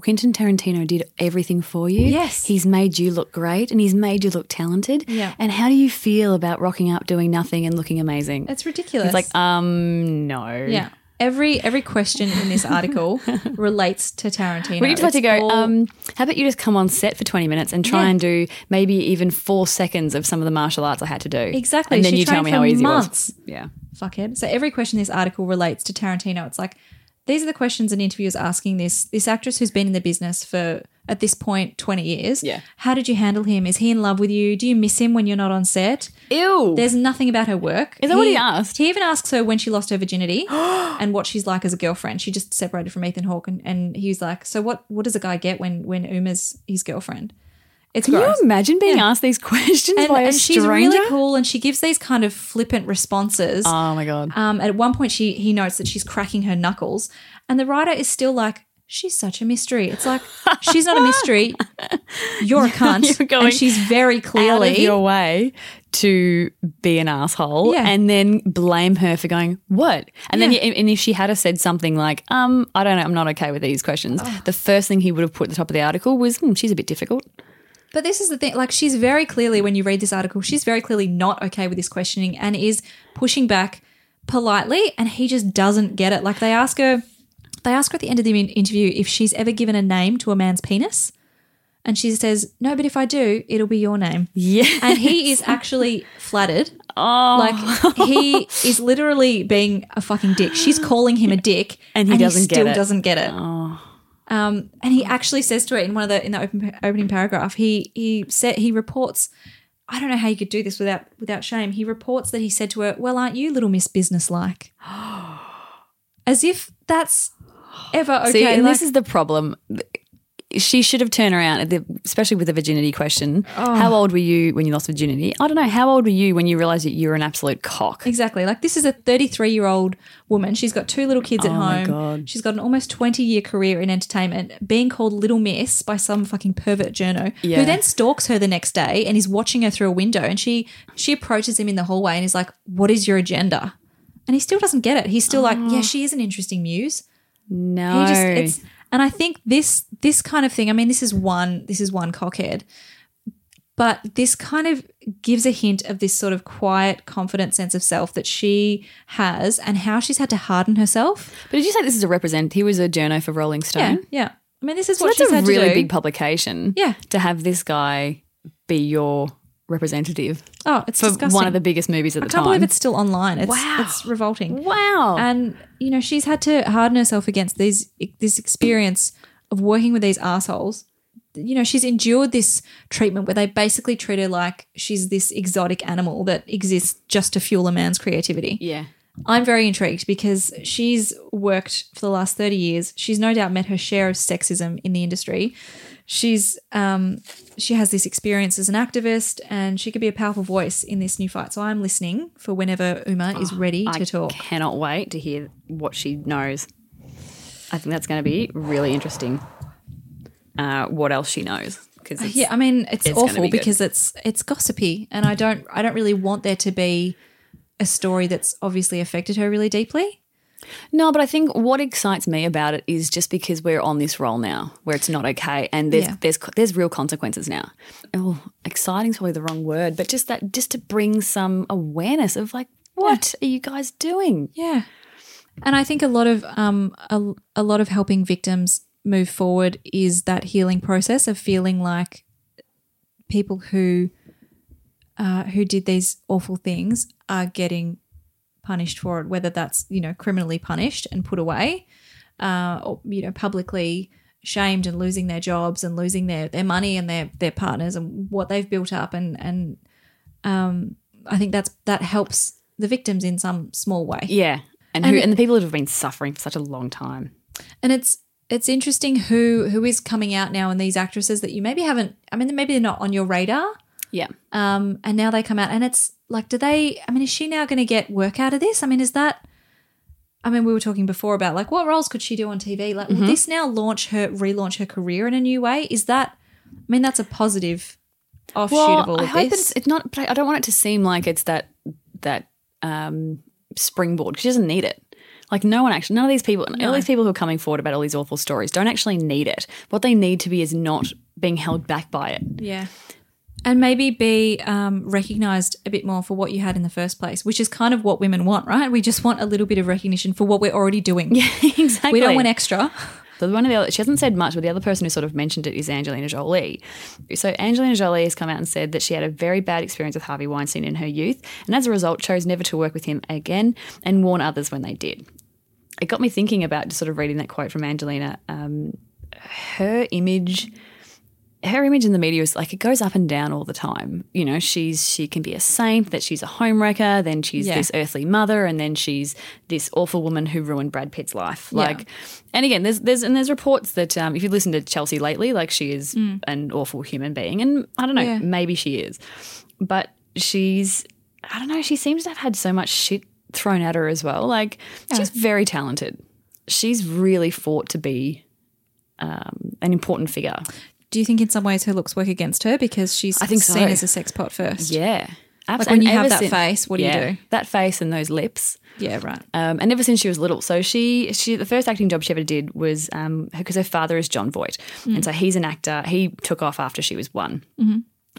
Speaker 1: Quentin Tarantino did everything for you.
Speaker 2: Yes.
Speaker 1: he's made you look great, and he's made you look talented.
Speaker 2: Yeah.
Speaker 1: and how do you feel about rocking up, doing nothing, and looking amazing?
Speaker 2: It's ridiculous.
Speaker 1: It's like, um, no.
Speaker 2: yeah. Every every question in this article relates to Tarantino.
Speaker 1: We need to, have
Speaker 2: It's
Speaker 1: to go.
Speaker 2: all-
Speaker 1: Um, how about you just come on set for 20 minutes and try
Speaker 2: Yeah.
Speaker 1: and do maybe even four seconds of some of the martial arts I had to do?
Speaker 2: Exactly.
Speaker 1: And then
Speaker 2: She
Speaker 1: you tell
Speaker 2: trained
Speaker 1: me
Speaker 2: for
Speaker 1: how easy
Speaker 2: months.
Speaker 1: it was. Yeah.
Speaker 2: fuckhead. So every question in this article relates to Tarantino. It's like these are the questions an interviewer's asking this this actress who's been in the business for at this point 20 years.
Speaker 1: Yeah.
Speaker 2: How did you handle him? Is he in love with you? Do you miss him when you're not on set?
Speaker 1: Ew.
Speaker 2: There's nothing about her work.
Speaker 1: Is that what he asked?
Speaker 2: He even asks her when she lost her virginity and what she's like as a girlfriend. She just separated from Ethan Hawke and, and he was like, So what what does a guy get when when Uma's his girlfriend? It's
Speaker 1: Can you
Speaker 2: gross.
Speaker 1: imagine being asked these questions
Speaker 2: And,
Speaker 1: by a
Speaker 2: and she's
Speaker 1: stranger?
Speaker 2: really cool and she gives these kind of flippant responses.
Speaker 1: Oh my God.
Speaker 2: Um, at one point, she he notes that she's cracking her knuckles, and the writer is still like, she's such a mystery. It's like she's not a mystery. You're a cunt.
Speaker 1: You're going
Speaker 2: and she's very
Speaker 1: out
Speaker 2: clearly
Speaker 1: of your way to be an asshole
Speaker 2: Yeah.
Speaker 1: and then blame her for going what and then and if she had have said something like um i don't know i'm not okay with these questions
Speaker 2: Oh.
Speaker 1: the first thing he would have put at the top of the article was hmm, she's a bit difficult
Speaker 2: But this is the thing. Like, she's very clearly, when you read this article, she's very clearly not okay with this questioning and is pushing back politely. And he just doesn't get it. Like, they ask her, they ask her at the end of the in- interview if she's ever given a name to a man's penis. And she says, No, but if I do, it'll be your name.
Speaker 1: yeah
Speaker 2: And he is actually flattered.
Speaker 1: oh
Speaker 2: Like, he is literally being a fucking dick. She's calling him a dick.
Speaker 1: And he doesn't get
Speaker 2: still
Speaker 1: it. Oh.
Speaker 2: doesn't get it. Um, and he actually says to it in one of the in the open, opening paragraph. He he said he reports. I don't know how you could do this without without shame. He reports that he said to her, "Well, aren't you little Miss Business like?" As if that's ever okay.
Speaker 1: See, and
Speaker 2: like-
Speaker 1: this is the problem. She should have turned around, at the, especially with the virginity question.
Speaker 2: Oh.
Speaker 1: How old were you when you lost virginity? I don't know. How old were you when you realized that you were an absolute cock?
Speaker 2: Exactly. Like this is a 33 year old woman. She's got two little kids at home.
Speaker 1: Oh my God.
Speaker 2: She's got an almost 20 year career in entertainment. Being called Little Miss by some fucking pervert journo
Speaker 1: Yeah.
Speaker 2: who then stalks her the next day and is watching her through a window. And she she approaches him in the hallway and is like, "What is your agenda?" And he still doesn't get it. He's still like,
Speaker 1: Oh.
Speaker 2: "Yeah, she is an interesting muse."
Speaker 1: No.
Speaker 2: He just it's and I think this this kind of thing, I mean, this is one this is one cockhead. But this kind of gives a hint of this sort of quiet, confident sense of self that she has and how she's had to harden herself.
Speaker 1: but did you say this is a represent? He was a journo for Rolling Stone.
Speaker 2: Yeah. I mean, this is
Speaker 1: So
Speaker 2: what
Speaker 1: that's
Speaker 2: she's
Speaker 1: a
Speaker 2: had
Speaker 1: really
Speaker 2: to do.
Speaker 1: big publication.
Speaker 2: Yeah.
Speaker 1: To have this guy be your representative
Speaker 2: Oh, it's
Speaker 1: for
Speaker 2: disgusting.
Speaker 1: one of the biggest movies at the
Speaker 2: I can't
Speaker 1: time.
Speaker 2: believe it's still online. It's,
Speaker 1: Wow.
Speaker 2: it's revolting.
Speaker 1: wow.
Speaker 2: And you know, she's had to harden herself against these this experience of working with these assholes. You know, she's endured this treatment where they basically treat her like she's this exotic animal that exists just to fuel a man's creativity.
Speaker 1: yeah.
Speaker 2: I'm very intrigued because she's worked for the last 30 years. She's no doubt met her share of sexism in the industry. She's um, she has this experience as an activist, and she could be a powerful voice in this new fight. So I'm listening for whenever Uma is ready to talk.
Speaker 1: Cannot wait to hear what she knows. I think that's going to be really interesting. Uh, what else she knows? Because
Speaker 2: Yeah, I mean it's,
Speaker 1: it's gonna
Speaker 2: awful
Speaker 1: be good.
Speaker 2: because it's it's gossipy, and I don't I don't really want there to be a story that's obviously affected her really deeply.
Speaker 1: No, but I think what excites me about it is just because we're on this roll now, where it's not okay, and there's
Speaker 2: Yeah.
Speaker 1: there's there's real consequences now. Oh, exciting's probably the wrong word, but just that just to bring some awareness of like what are you guys doing?
Speaker 2: Yeah, and I think a lot of um a, a lot of helping victims move forward is that healing process of feeling like people who uh, who did these awful things are getting punished for it, whether that's you know criminally punished and put away, uh, or you know publicly shamed and losing their jobs and losing their their money and their their partners and what they've built up and and um, I think that's that helps the victims in some small way.
Speaker 1: Yeah, and who and the people that have been suffering for such a long time.
Speaker 2: and it's it's interesting who who is coming out now and these actresses that you maybe haven't i mean maybe they're not on your radar
Speaker 1: Yeah,
Speaker 2: um and now they come out and it's like do they i mean is she now going to get work out of this i mean is that i mean we were talking before about like what roles could she do on tv like
Speaker 1: Mm-hmm.
Speaker 2: will this now launch her relaunch her career in a new way is that i mean that's a positive offshoot of all
Speaker 1: Oh, I
Speaker 2: of
Speaker 1: hope that
Speaker 2: this
Speaker 1: it's, it's not. But I- I don't want it to seem like it's that that um, springboard. 'cause She doesn't need it. Like no one actually, none of these people, all these people who are coming forward about all these awful stories don't actually need it. What they need to be is not being held back by it.
Speaker 2: Yeah. And maybe be um, recognized a bit more for what you had in the first place, which is kind of what women want, right? We just want a little bit of recognition for what we're already doing. Yeah,
Speaker 1: exactly.
Speaker 2: We don't want extra.
Speaker 1: But one of the other, she hasn't said much, but the other person who sort of mentioned it is Angelina Jolie. So Angelina Jolie has come out and said that she had a very bad experience with Harvey Weinstein in her youth, and as a result, chose never to work with him again and warn others when they did. It got me thinking about just sort of reading that quote from Angelina. Um, her image her image in the media is like it goes up and down all the time. You know, she's she can be a saint, that she's a homewrecker, then she's
Speaker 2: Yeah.
Speaker 1: this earthly mother, and then she's this awful woman who ruined Brad Pitt's life. Like, and again, there's there's and there's reports that um, if you listen to Chelsea lately, like she is an awful human being, and I don't know,
Speaker 2: Hmm. Yeah.
Speaker 1: maybe she is, but she's I don't know, she seems to have had so much shit thrown at her as well. Like, she's very talented. She's really fought to be um, an important figure.
Speaker 2: Do you think in some ways her looks work against her because she's I
Speaker 1: think
Speaker 2: think
Speaker 1: so.
Speaker 2: seen as a sex pot first?
Speaker 1: Yeah. Abs-
Speaker 2: Like when
Speaker 1: and
Speaker 2: you
Speaker 1: ever
Speaker 2: have that
Speaker 1: sin-
Speaker 2: face, what do
Speaker 1: Yeah.
Speaker 2: you do?
Speaker 1: That face and those lips.
Speaker 2: Yeah, right.
Speaker 1: um, and ever since she was little. So she, she the first acting job she ever did was because her, 'cause her father is John Voight, and so he's an actor. He took off after she was one.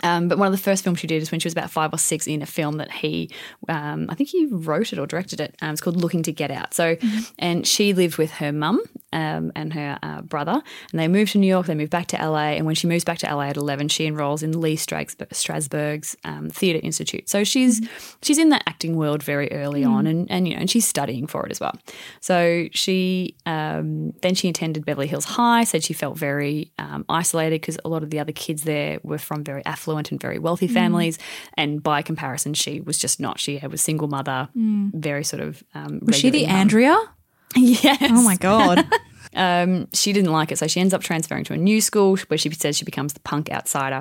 Speaker 1: Um, but one of the first films she did is when she was about five or six in a film that he, um, I think he wrote it or directed it. Um, it's called Looking to Get Out. So, and she lived with her mum um, and her uh, brother, and they moved to New York. They moved back to LA, and when she moves back to LA at eleven, she enrolls in Lee Strasberg, Strasberg's um, Theatre Institute. So she's she's in that acting world very early
Speaker 2: Hmm.
Speaker 1: on, and and you know, and she's studying for it as well. So she um, then she attended Beverly Hills High. Said she felt very um, isolated because a lot of the other kids there were from very affluent and very wealthy
Speaker 2: Hmm.
Speaker 1: families, and by comparison, she was just not. She was single mother, very sort of. Um,
Speaker 2: Hmm. Was she the
Speaker 1: regular mum.
Speaker 2: Andrea?
Speaker 1: Yes
Speaker 2: Oh my god.
Speaker 1: um, she didn't like it, so she ends up transferring to a new school where she says she becomes the punk outsider.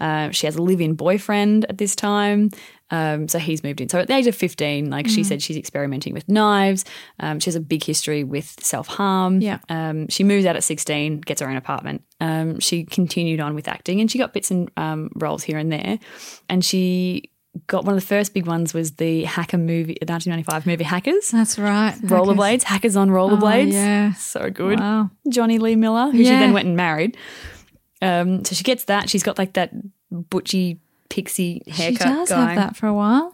Speaker 1: Uh, she has a live-in boyfriend at this time, um, so he's moved in. So at the age of fifteen, like
Speaker 2: Mm-hmm.
Speaker 1: she said, she's experimenting with knives. Um, she has a big history with self-harm.
Speaker 2: Yeah.
Speaker 1: Um, she moves out at sixteen, gets her own apartment. Um, she continued on with acting, and she got bits and um, roles here and there, and she. Got one of the first big ones was the hacker movie, the 1995 movie Hackers,
Speaker 2: That's right. Oh,
Speaker 1: rollerblades, Oh, hackers on rollerblades.
Speaker 2: yeah.
Speaker 1: so good.
Speaker 2: Wow.
Speaker 1: Johnny Lee Miller, who she
Speaker 2: Yeah.
Speaker 1: then went and married. Um, so she gets that. She's got like that butchy pixie haircut
Speaker 2: She does
Speaker 1: going.
Speaker 2: have that for a while.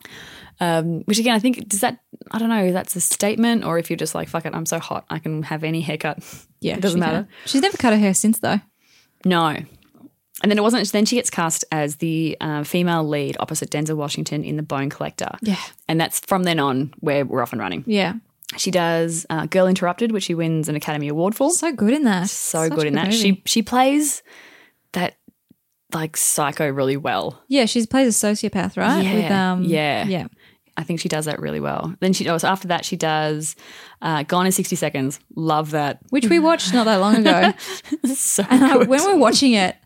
Speaker 1: Um, which again, I think does that. I don't know. if That's a statement, or if you're just like, fuck it, I'm so hot, I can have any haircut.
Speaker 2: Yeah.
Speaker 1: it doesn't
Speaker 2: she
Speaker 1: matter.
Speaker 2: can. She's never cut her hair since though.
Speaker 1: No. And then it wasn't. Then she gets cast as the uh, female lead opposite Denzel Washington in The Bone Collector.
Speaker 2: Yeah.
Speaker 1: and that's from then on where we're off and running.
Speaker 2: Yeah.
Speaker 1: She does uh, Girl Interrupted, which she wins an Academy Award for.
Speaker 2: So good in that.
Speaker 1: so
Speaker 2: Such a
Speaker 1: good in that.
Speaker 2: movie.
Speaker 1: She she plays that like psycho really well.
Speaker 2: Yeah, she plays a sociopath, right?
Speaker 1: Yeah,
Speaker 2: With, um,
Speaker 1: yeah.
Speaker 2: Yeah.
Speaker 1: I think she does that really well. Then she oh, so after that she does uh, Gone in sixty seconds. Love that.
Speaker 2: Which we watched not that long ago.
Speaker 1: So
Speaker 2: And I,
Speaker 1: good.
Speaker 2: when we were watching it,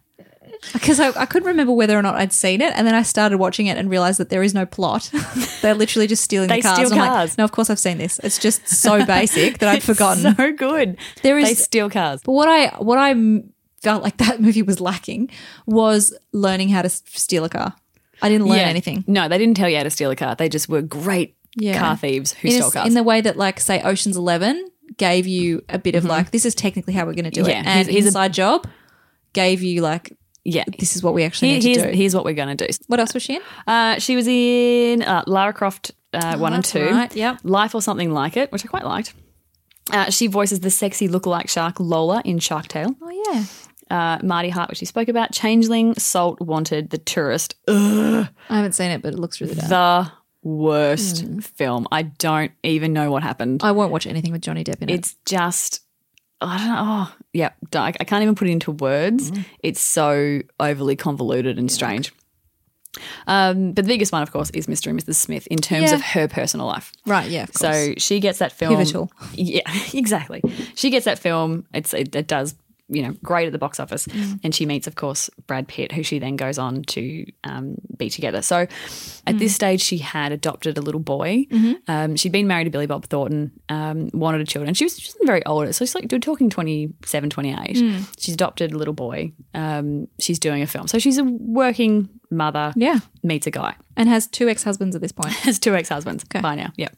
Speaker 2: because I, I couldn't remember whether or not I'd seen it, and then I started watching it and realized that there is no plot. They're literally just stealing
Speaker 1: They
Speaker 2: the cars.
Speaker 1: steal
Speaker 2: And I'm like,
Speaker 1: cars.
Speaker 2: no, of course I've seen this. It's just so basic that I'd forgotten.
Speaker 1: So good.
Speaker 2: There
Speaker 1: they
Speaker 2: is,
Speaker 1: steal cars.
Speaker 2: but what I what I m- felt like that movie was lacking was learning how to s- steal a car. I didn't learn anything.
Speaker 1: No, they didn't tell you how to steal a car. They just were great
Speaker 2: Yeah.
Speaker 1: car thieves who
Speaker 2: in, a
Speaker 1: stole
Speaker 2: s-
Speaker 1: cars.
Speaker 2: in the way that, like, say, Ocean's Eleven gave you a bit of like, this is technically how we're going to do
Speaker 1: Mm-hmm. Yeah,
Speaker 2: it, and
Speaker 1: here's- here's a-
Speaker 2: Inside Job gave you like,
Speaker 1: yeah.
Speaker 2: this is what we actually
Speaker 1: Here-
Speaker 2: need
Speaker 1: here's,
Speaker 2: to do.
Speaker 1: here's what we're gonna do.
Speaker 2: what else was she in?
Speaker 1: Uh, she was in uh, Lara Croft uh, one and
Speaker 2: Oh, that's
Speaker 1: two,
Speaker 2: right, yep.
Speaker 1: Life or something like it, which I quite liked. Uh, she voices the sexy lookalike shark Lola in Shark Tale.
Speaker 2: Oh yeah,
Speaker 1: Uh, Marty Hart, which we spoke about, Changeling, Salt, Wanted, The Tourist,
Speaker 2: I haven't seen it, but it looks really bad.
Speaker 1: the worst
Speaker 2: Hmm.
Speaker 1: film. I don't even know what happened.
Speaker 2: I won't watch anything with Johnny Depp in it.
Speaker 1: It's just, I don't know. Oh, yeah, don't- I I can't even put it into words.
Speaker 2: Hmm.
Speaker 1: It's so overly convoluted and strange. Um, but the biggest one, of course, is Mr. and Mrs. Smith in terms
Speaker 2: Yeah.
Speaker 1: of her personal life.
Speaker 2: Right? Yeah. Of course.
Speaker 1: So she gets that film.
Speaker 2: Pivotal.
Speaker 1: Yeah, exactly. She gets that film. It's it, it does you know great at the box office,
Speaker 2: Mm.
Speaker 1: and she meets, of course, Brad Pitt, who she then goes on to um, be together. So at
Speaker 2: Mm.
Speaker 1: this stage, she had adopted a little boy.
Speaker 2: Mm-hmm.
Speaker 1: Um, she'd been married to Billy Bob Thornton, um, wanted a children. She was she wasn't very old, so she's like we're talking 27, 28.
Speaker 2: Mm.
Speaker 1: She's adopted a little boy. Um, she's doing a film, so she's a working mother.
Speaker 2: yeah,
Speaker 1: Meets a guy
Speaker 2: and has two ex-husbands at this point.
Speaker 1: has two ex-husbands by now. Yeah,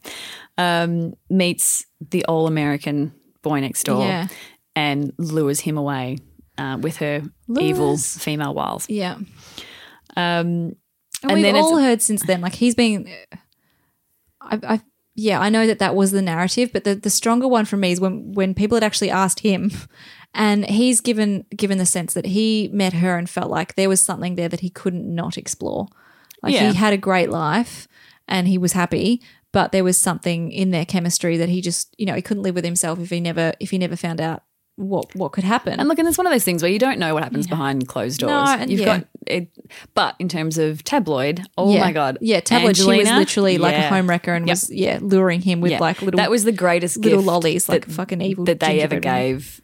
Speaker 1: um, meets the all-American boy next door
Speaker 2: Yeah.
Speaker 1: and lures him away uh, with her evil
Speaker 2: Lures.
Speaker 1: female wiles.
Speaker 2: Yeah, and,
Speaker 1: Um,
Speaker 2: we've
Speaker 1: then it's-
Speaker 2: all heard since then. Like he's been, I, I, yeah, I know that that was the narrative, but the the stronger one for me is when when people had actually asked him. And he's given given the sense that he met her and felt like there was something there that he couldn't not explore. Like
Speaker 1: Yeah.
Speaker 2: he had a great life and he was happy, but there was something in their chemistry that he just, you know, he couldn't live with himself if he never if he never found out what what could happen.
Speaker 1: and look, and it's one of those things where you don't know what happens behind closed doors.
Speaker 2: No, and
Speaker 1: You've
Speaker 2: yeah.
Speaker 1: got it, but in terms of tabloid, oh
Speaker 2: yeah.
Speaker 1: my god,
Speaker 2: Yeah, tablet she was
Speaker 1: Angelina,
Speaker 2: literally like a
Speaker 1: yeah,
Speaker 2: home wrecker and
Speaker 1: Yep.
Speaker 2: was yeah, luring him with
Speaker 1: yeah.
Speaker 2: like little
Speaker 1: that was the greatest
Speaker 2: little
Speaker 1: gift
Speaker 2: lollies, like
Speaker 1: that-
Speaker 2: fucking evil
Speaker 1: that they ever
Speaker 2: gingerbread man.
Speaker 1: gave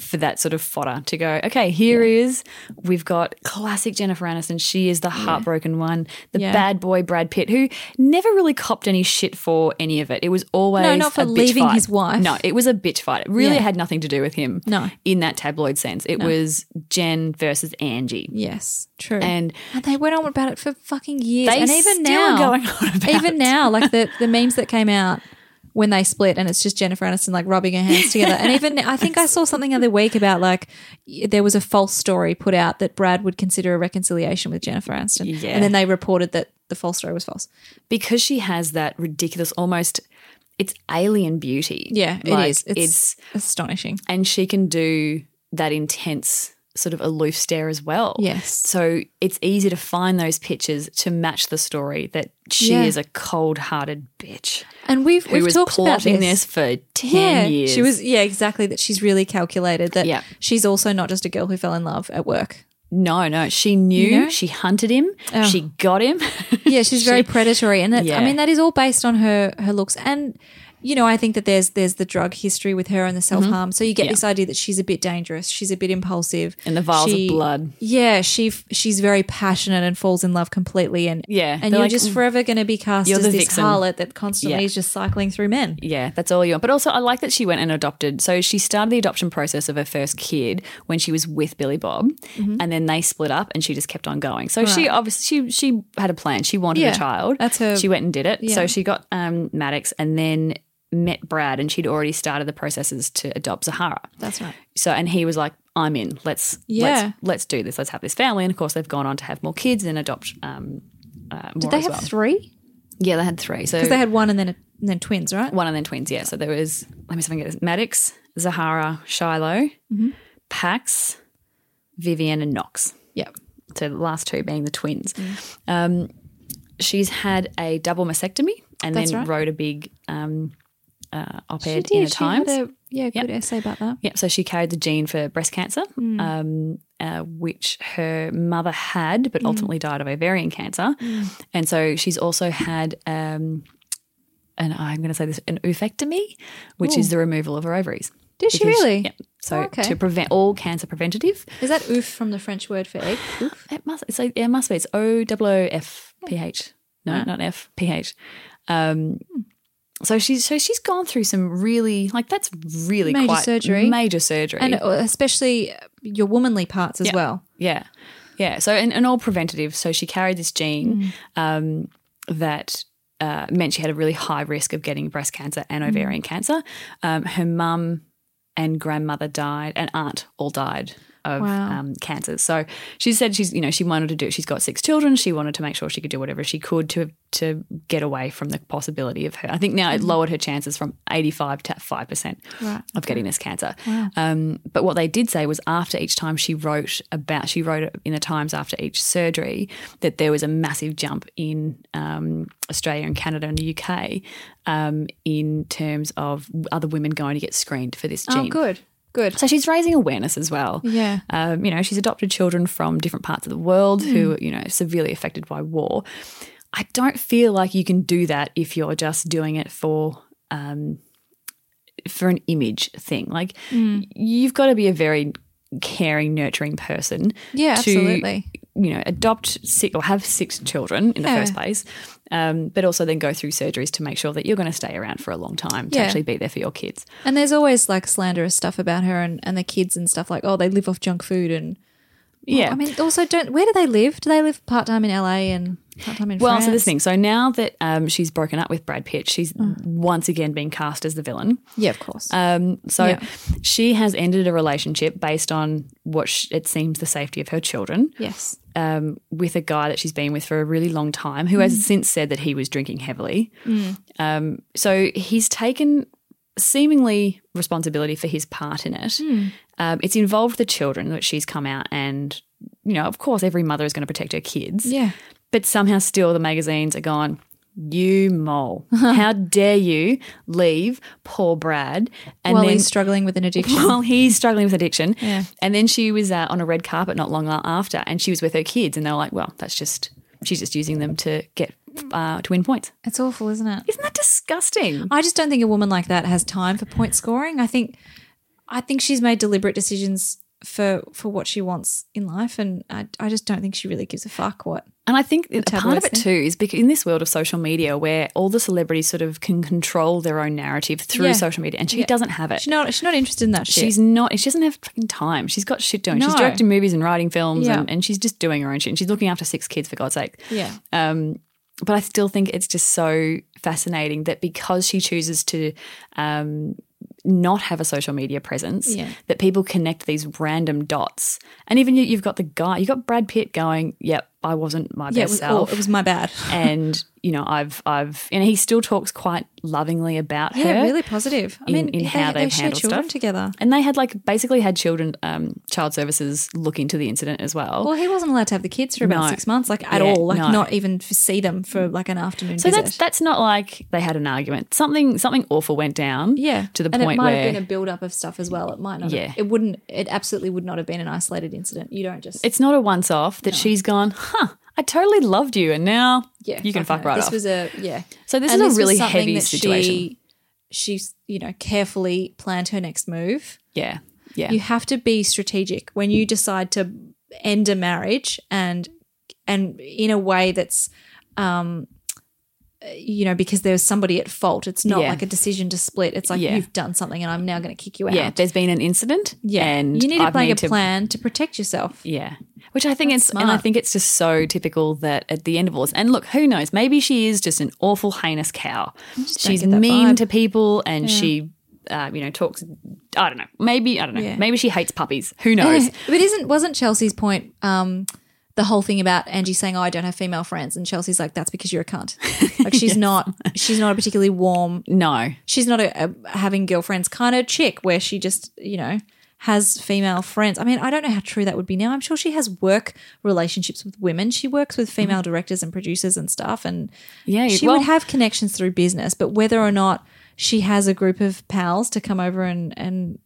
Speaker 1: for that sort of fodder to go, okay, here is- we've got classic Jennifer Aniston. She is the heartbroken one, the
Speaker 2: Yeah.
Speaker 1: bad boy Brad Pitt, who never really copped any shit for any of it. It was always
Speaker 2: No, not for
Speaker 1: a bitch
Speaker 2: leaving
Speaker 1: fight.
Speaker 2: his wife.
Speaker 1: No, it was a bitch fight. It really
Speaker 2: Yeah.
Speaker 1: had nothing to do with him.
Speaker 2: No.
Speaker 1: in that tabloid sense, it was Jen versus Angie,
Speaker 2: Yes, true.
Speaker 1: and
Speaker 2: And they went on about it for fucking years.
Speaker 1: they
Speaker 2: and even
Speaker 1: still
Speaker 2: now,
Speaker 1: going on about
Speaker 2: even now, like the the memes that came out when they split, and it's just Jennifer Aniston like rubbing her hands together. And even I think I saw something the other week about like y- there was a false story put out that Brad would consider a reconciliation with Jennifer Aniston,
Speaker 1: Yeah.
Speaker 2: and then they reported that the false story was false.
Speaker 1: because she has that ridiculous, almost it's alien beauty.
Speaker 2: it
Speaker 1: Like,
Speaker 2: is. It's, astonishing.
Speaker 1: and she can do that intense sort of aloof stare as well.
Speaker 2: Yes,
Speaker 1: So it's easy to find those pictures to match the story that she
Speaker 2: Yeah.
Speaker 1: is a cold-hearted bitch
Speaker 2: and we've
Speaker 1: who
Speaker 2: we've
Speaker 1: was
Speaker 2: talked about
Speaker 1: plotting
Speaker 2: this.
Speaker 1: this. for ten
Speaker 2: yeah,
Speaker 1: years.
Speaker 2: she was. Yeah, exactly. That she's really calculated. That
Speaker 1: Yeah.
Speaker 2: she's also not just a girl who fell in love at work.
Speaker 1: no, no. She knew.
Speaker 2: You know?
Speaker 1: She hunted him.
Speaker 2: Oh.
Speaker 1: She got him.
Speaker 2: yeah, she's very predatory, and it,
Speaker 1: Yeah.
Speaker 2: I mean that is all based on her her looks. And you know, I think that there's there's the drug history with her and the self harm.
Speaker 1: Mm-hmm.
Speaker 2: So you get this idea that she's a bit dangerous, she's a bit impulsive,
Speaker 1: And the vials of
Speaker 2: She-
Speaker 1: blood.
Speaker 2: Yeah, she f- she's very passionate and falls in love completely, and
Speaker 1: Yeah, they're
Speaker 2: and you're
Speaker 1: like, "Mm,
Speaker 2: just forever going to be cast
Speaker 1: you're
Speaker 2: as
Speaker 1: the
Speaker 2: this
Speaker 1: vixen.
Speaker 2: harlot that constantly
Speaker 1: Yeah.
Speaker 2: is just cycling through men.
Speaker 1: Yeah, that's all you want. But also, I like that she went and adopted. So she started the adoption process of her first kid when she was with Billy Bob,
Speaker 2: Mm-hmm.
Speaker 1: and then they split up, and she just kept on going. So she obviously she she had a plan. She wanted
Speaker 2: Yeah,
Speaker 1: a child.
Speaker 2: that's her-
Speaker 1: She went and did it.
Speaker 2: Yeah.
Speaker 1: So she got um, Maddox, and then met Brad, and she'd already started the processes to adopt Zahara.
Speaker 2: That's right.
Speaker 1: So and he was like, "I'm in. Let's
Speaker 2: Yeah.
Speaker 1: let's let's do this. Let's have this family." And of course, they've gone on to have more kids and adopt. Um, uh, more
Speaker 2: Did they
Speaker 1: as
Speaker 2: have
Speaker 1: well.
Speaker 2: three?
Speaker 1: yeah, they had three. So
Speaker 2: Because they had one and then a, and then twins, right?
Speaker 1: one and then twins. Yeah. So there was, let me see if I can get this Maddox, Zahara, Shiloh,
Speaker 2: Mm-hmm.
Speaker 1: Pax, Vivian, and Knox.
Speaker 2: Yep. Mm.
Speaker 1: So the last two being the twins. Um, she's had a double mastectomy and
Speaker 2: That's
Speaker 1: then
Speaker 2: right.
Speaker 1: wrote a big um, uh, op ed
Speaker 2: She
Speaker 1: in
Speaker 2: did.
Speaker 1: the
Speaker 2: She had
Speaker 1: Times.
Speaker 2: a- yeah, good essay about that.
Speaker 1: Yeah, so she carried the gene for breast cancer,
Speaker 2: Mm.
Speaker 1: um, uh, which her mother had,
Speaker 2: Mm.
Speaker 1: but ultimately died of ovarian cancer. And so she's also had, um, and I'm going to say this, an oophorectomy, which is the removal of her ovaries.
Speaker 2: Did she
Speaker 1: Because-
Speaker 2: really?
Speaker 1: Yeah. So
Speaker 2: Oh, okay.
Speaker 1: to prevent all cancer preventative,
Speaker 2: Is that oof from the French word for egg? Oof.
Speaker 1: it must it's like, it must be it's O W O F P H. No, not F P H. Um,
Speaker 2: Hmm.
Speaker 1: so she's so she's gone through some really like that's really
Speaker 2: Major
Speaker 1: quite
Speaker 2: surgery.
Speaker 1: major surgery
Speaker 2: and uh, especially your womanly parts as well.
Speaker 1: Yeah. Yeah. So, and, and all preventative. So, she carried this gene
Speaker 2: Mm.
Speaker 1: um, that uh, meant she had a really high risk of getting breast cancer
Speaker 2: Mm.
Speaker 1: and ovarian cancer. Um, her mum and grandmother died, and aunt all died of
Speaker 2: Wow.
Speaker 1: um, cancers. So, she said she's, you know, she wanted to do She's got six children. She wanted to make sure she could do whatever she could to, to get away from the possibility of her. I think now it lowered her chances from 85 to 5%
Speaker 2: Mm. Right.
Speaker 1: of getting this cancer. Um, but what they did say was after each time she wrote about, she wrote in the Times after each surgery that there was a massive jump in um, Australia and Canada and the UK um, in terms of other women going to get screened for this gene.
Speaker 2: Oh, good, good.
Speaker 1: So she's raising awareness as well.
Speaker 2: Yeah.
Speaker 1: Um, you know, she's adopted children from different parts of the world who,
Speaker 2: Hmm.
Speaker 1: are, you know, severely affected by war. I don't feel like you can do that if you're just doing it for um, for an image thing. Like
Speaker 2: Hmm.
Speaker 1: you've got to be a very caring, nurturing person.
Speaker 2: Yeah,
Speaker 1: to,
Speaker 2: absolutely.
Speaker 1: You know, adopt six or have six children in the
Speaker 2: Yeah.
Speaker 1: first place, um, but also then go through surgeries to make sure that you're going to stay around for a long time to
Speaker 2: Yeah.
Speaker 1: actually be there for your kids.
Speaker 2: And there's always like slanderous stuff about her and, and the kids and stuff like, oh, they live off junk food and
Speaker 1: Yeah,
Speaker 2: I mean, also don't. Where do they live? Do they live part time in LA and part time in
Speaker 1: Well,
Speaker 2: France? Mm.
Speaker 1: so this thing. So now that um, she's broken up with Brad Pitt, she's once again been cast as the villain.
Speaker 2: Yeah, of course.
Speaker 1: Um, so
Speaker 2: Yeah.
Speaker 1: she has ended a relationship based on what sh- it seems the safety of her children
Speaker 2: yes.
Speaker 1: um, with a guy that she's been with for a really long time, who
Speaker 2: Mm.
Speaker 1: has since said that he was drinking heavily. Um, so he's taken seemingly responsibility for his part in it.
Speaker 2: Mm.
Speaker 1: Um, it's involved the children that she's come out and. You know, of course, every mother is going to protect her kids.
Speaker 2: Yeah.
Speaker 1: But somehow still the magazines are gone. You mole. How dare you leave poor Brad and
Speaker 2: While
Speaker 1: then
Speaker 2: he's struggling with an addiction.
Speaker 1: while he's struggling with addiction.
Speaker 2: Yeah.
Speaker 1: And then she was uh, on a red carpet not long after and she was with her kids and they were like, well, that's just, she's just using them to get, uh, to win points.
Speaker 2: it's awful, isn't it?
Speaker 1: Isn't that disgusting?
Speaker 2: I just don't think a woman like that has time for point scoring. I think I think she's made deliberate decisions for for what she wants in life, and I, I just don't think she really gives a fuck what.
Speaker 1: And I think a part of
Speaker 2: tabloids
Speaker 1: it
Speaker 2: thing.
Speaker 1: too is because in this world of social media where all the celebrities sort of can control their own narrative through
Speaker 2: Yeah.
Speaker 1: social media and she doesn't have it.
Speaker 2: She's not she's not interested in that shit.
Speaker 1: She's not, she doesn't have fucking time. She's got shit doing. She's
Speaker 2: No.
Speaker 1: directing movies and writing films
Speaker 2: Yeah.
Speaker 1: and, and she's just doing her own shit. And she's looking after six kids, for God's sake.
Speaker 2: yeah,
Speaker 1: Um, but I still think it's just so fascinating that because she chooses to um, not have a social media presence,
Speaker 2: Yeah.
Speaker 1: that people connect these random dots. And even you, you've got the guy, you've got Brad Pitt going, "Yep, I wasn't my
Speaker 2: yeah. It
Speaker 1: best
Speaker 2: was all,
Speaker 1: self,"
Speaker 2: it was my bad.
Speaker 1: and you know, I've, I've, and he still talks quite lovingly about
Speaker 2: Yeah,
Speaker 1: her.
Speaker 2: really positive. I
Speaker 1: in-
Speaker 2: mean,
Speaker 1: in
Speaker 2: they,
Speaker 1: how
Speaker 2: they
Speaker 1: they've
Speaker 2: share
Speaker 1: handled
Speaker 2: children
Speaker 1: stuff.
Speaker 2: together.
Speaker 1: And they had like basically had children, um, child services look into the incident as well.
Speaker 2: Well, he wasn't allowed to have the kids for about
Speaker 1: No.
Speaker 2: six months, like at
Speaker 1: Yeah,
Speaker 2: all, like
Speaker 1: no. Mm.
Speaker 2: not even for see them for like an afternoon
Speaker 1: so
Speaker 2: visit.
Speaker 1: that's that's not like they had an argument. Something something awful went down.
Speaker 2: yeah,
Speaker 1: to the
Speaker 2: and
Speaker 1: point
Speaker 2: it might
Speaker 1: where
Speaker 2: have been a build up of stuff as well. It might not.
Speaker 1: Yeah.
Speaker 2: have, it wouldn't. It absolutely would not have been an isolated incident. You don't just
Speaker 1: it's not a once off that she's gone, huh, I totally loved you and now
Speaker 2: yeah.
Speaker 1: you can fuck
Speaker 2: no.
Speaker 1: right
Speaker 2: This
Speaker 1: off.
Speaker 2: was a yeah.
Speaker 1: so this
Speaker 2: And
Speaker 1: is a
Speaker 2: was
Speaker 1: really
Speaker 2: something
Speaker 1: heavy
Speaker 2: that
Speaker 1: situation.
Speaker 2: She, she's you know carefully planned her next move.
Speaker 1: yeah. Yeah.
Speaker 2: You have to be strategic when you decide to end a marriage and and in a way that's um you know because there's somebody at fault it's not
Speaker 1: Yeah.
Speaker 2: like a decision to split it's like
Speaker 1: Yeah.
Speaker 2: you've done something and i'm now going to kick you out
Speaker 1: yeah. There's been an incident.
Speaker 2: Yeah.
Speaker 1: And
Speaker 2: you need to
Speaker 1: I've
Speaker 2: make
Speaker 1: need
Speaker 2: a plan to protect yourself
Speaker 1: Yeah. Which I think it's and I
Speaker 2: smart.
Speaker 1: think it's just so typical that at the end of all this and look, who knows, maybe she is just an awful heinous cow.
Speaker 2: don't
Speaker 1: She's
Speaker 2: get that
Speaker 1: mean
Speaker 2: vibe.
Speaker 1: to people and she uh, you know, talks I don't know. Maybe I don't know.
Speaker 2: Yeah.
Speaker 1: Maybe she hates puppies. Who knows?
Speaker 2: but isn't wasn't chelsea's point um the whole thing about angie saying oh i don't have female friends and chelsea's like that's because you're a cunt like she's not she's not a particularly warm
Speaker 1: no.
Speaker 2: she's not a, a having girlfriends kind of chick where she just you know has female friends. I mean, I don't know how true that would be now. I'm sure she has work relationships with women. She works with female directors and producers and stuff, and
Speaker 1: Mm-hmm. Yeah,
Speaker 2: she
Speaker 1: well-
Speaker 2: would have connections through business. But whether or not she has a group of pals to come over and and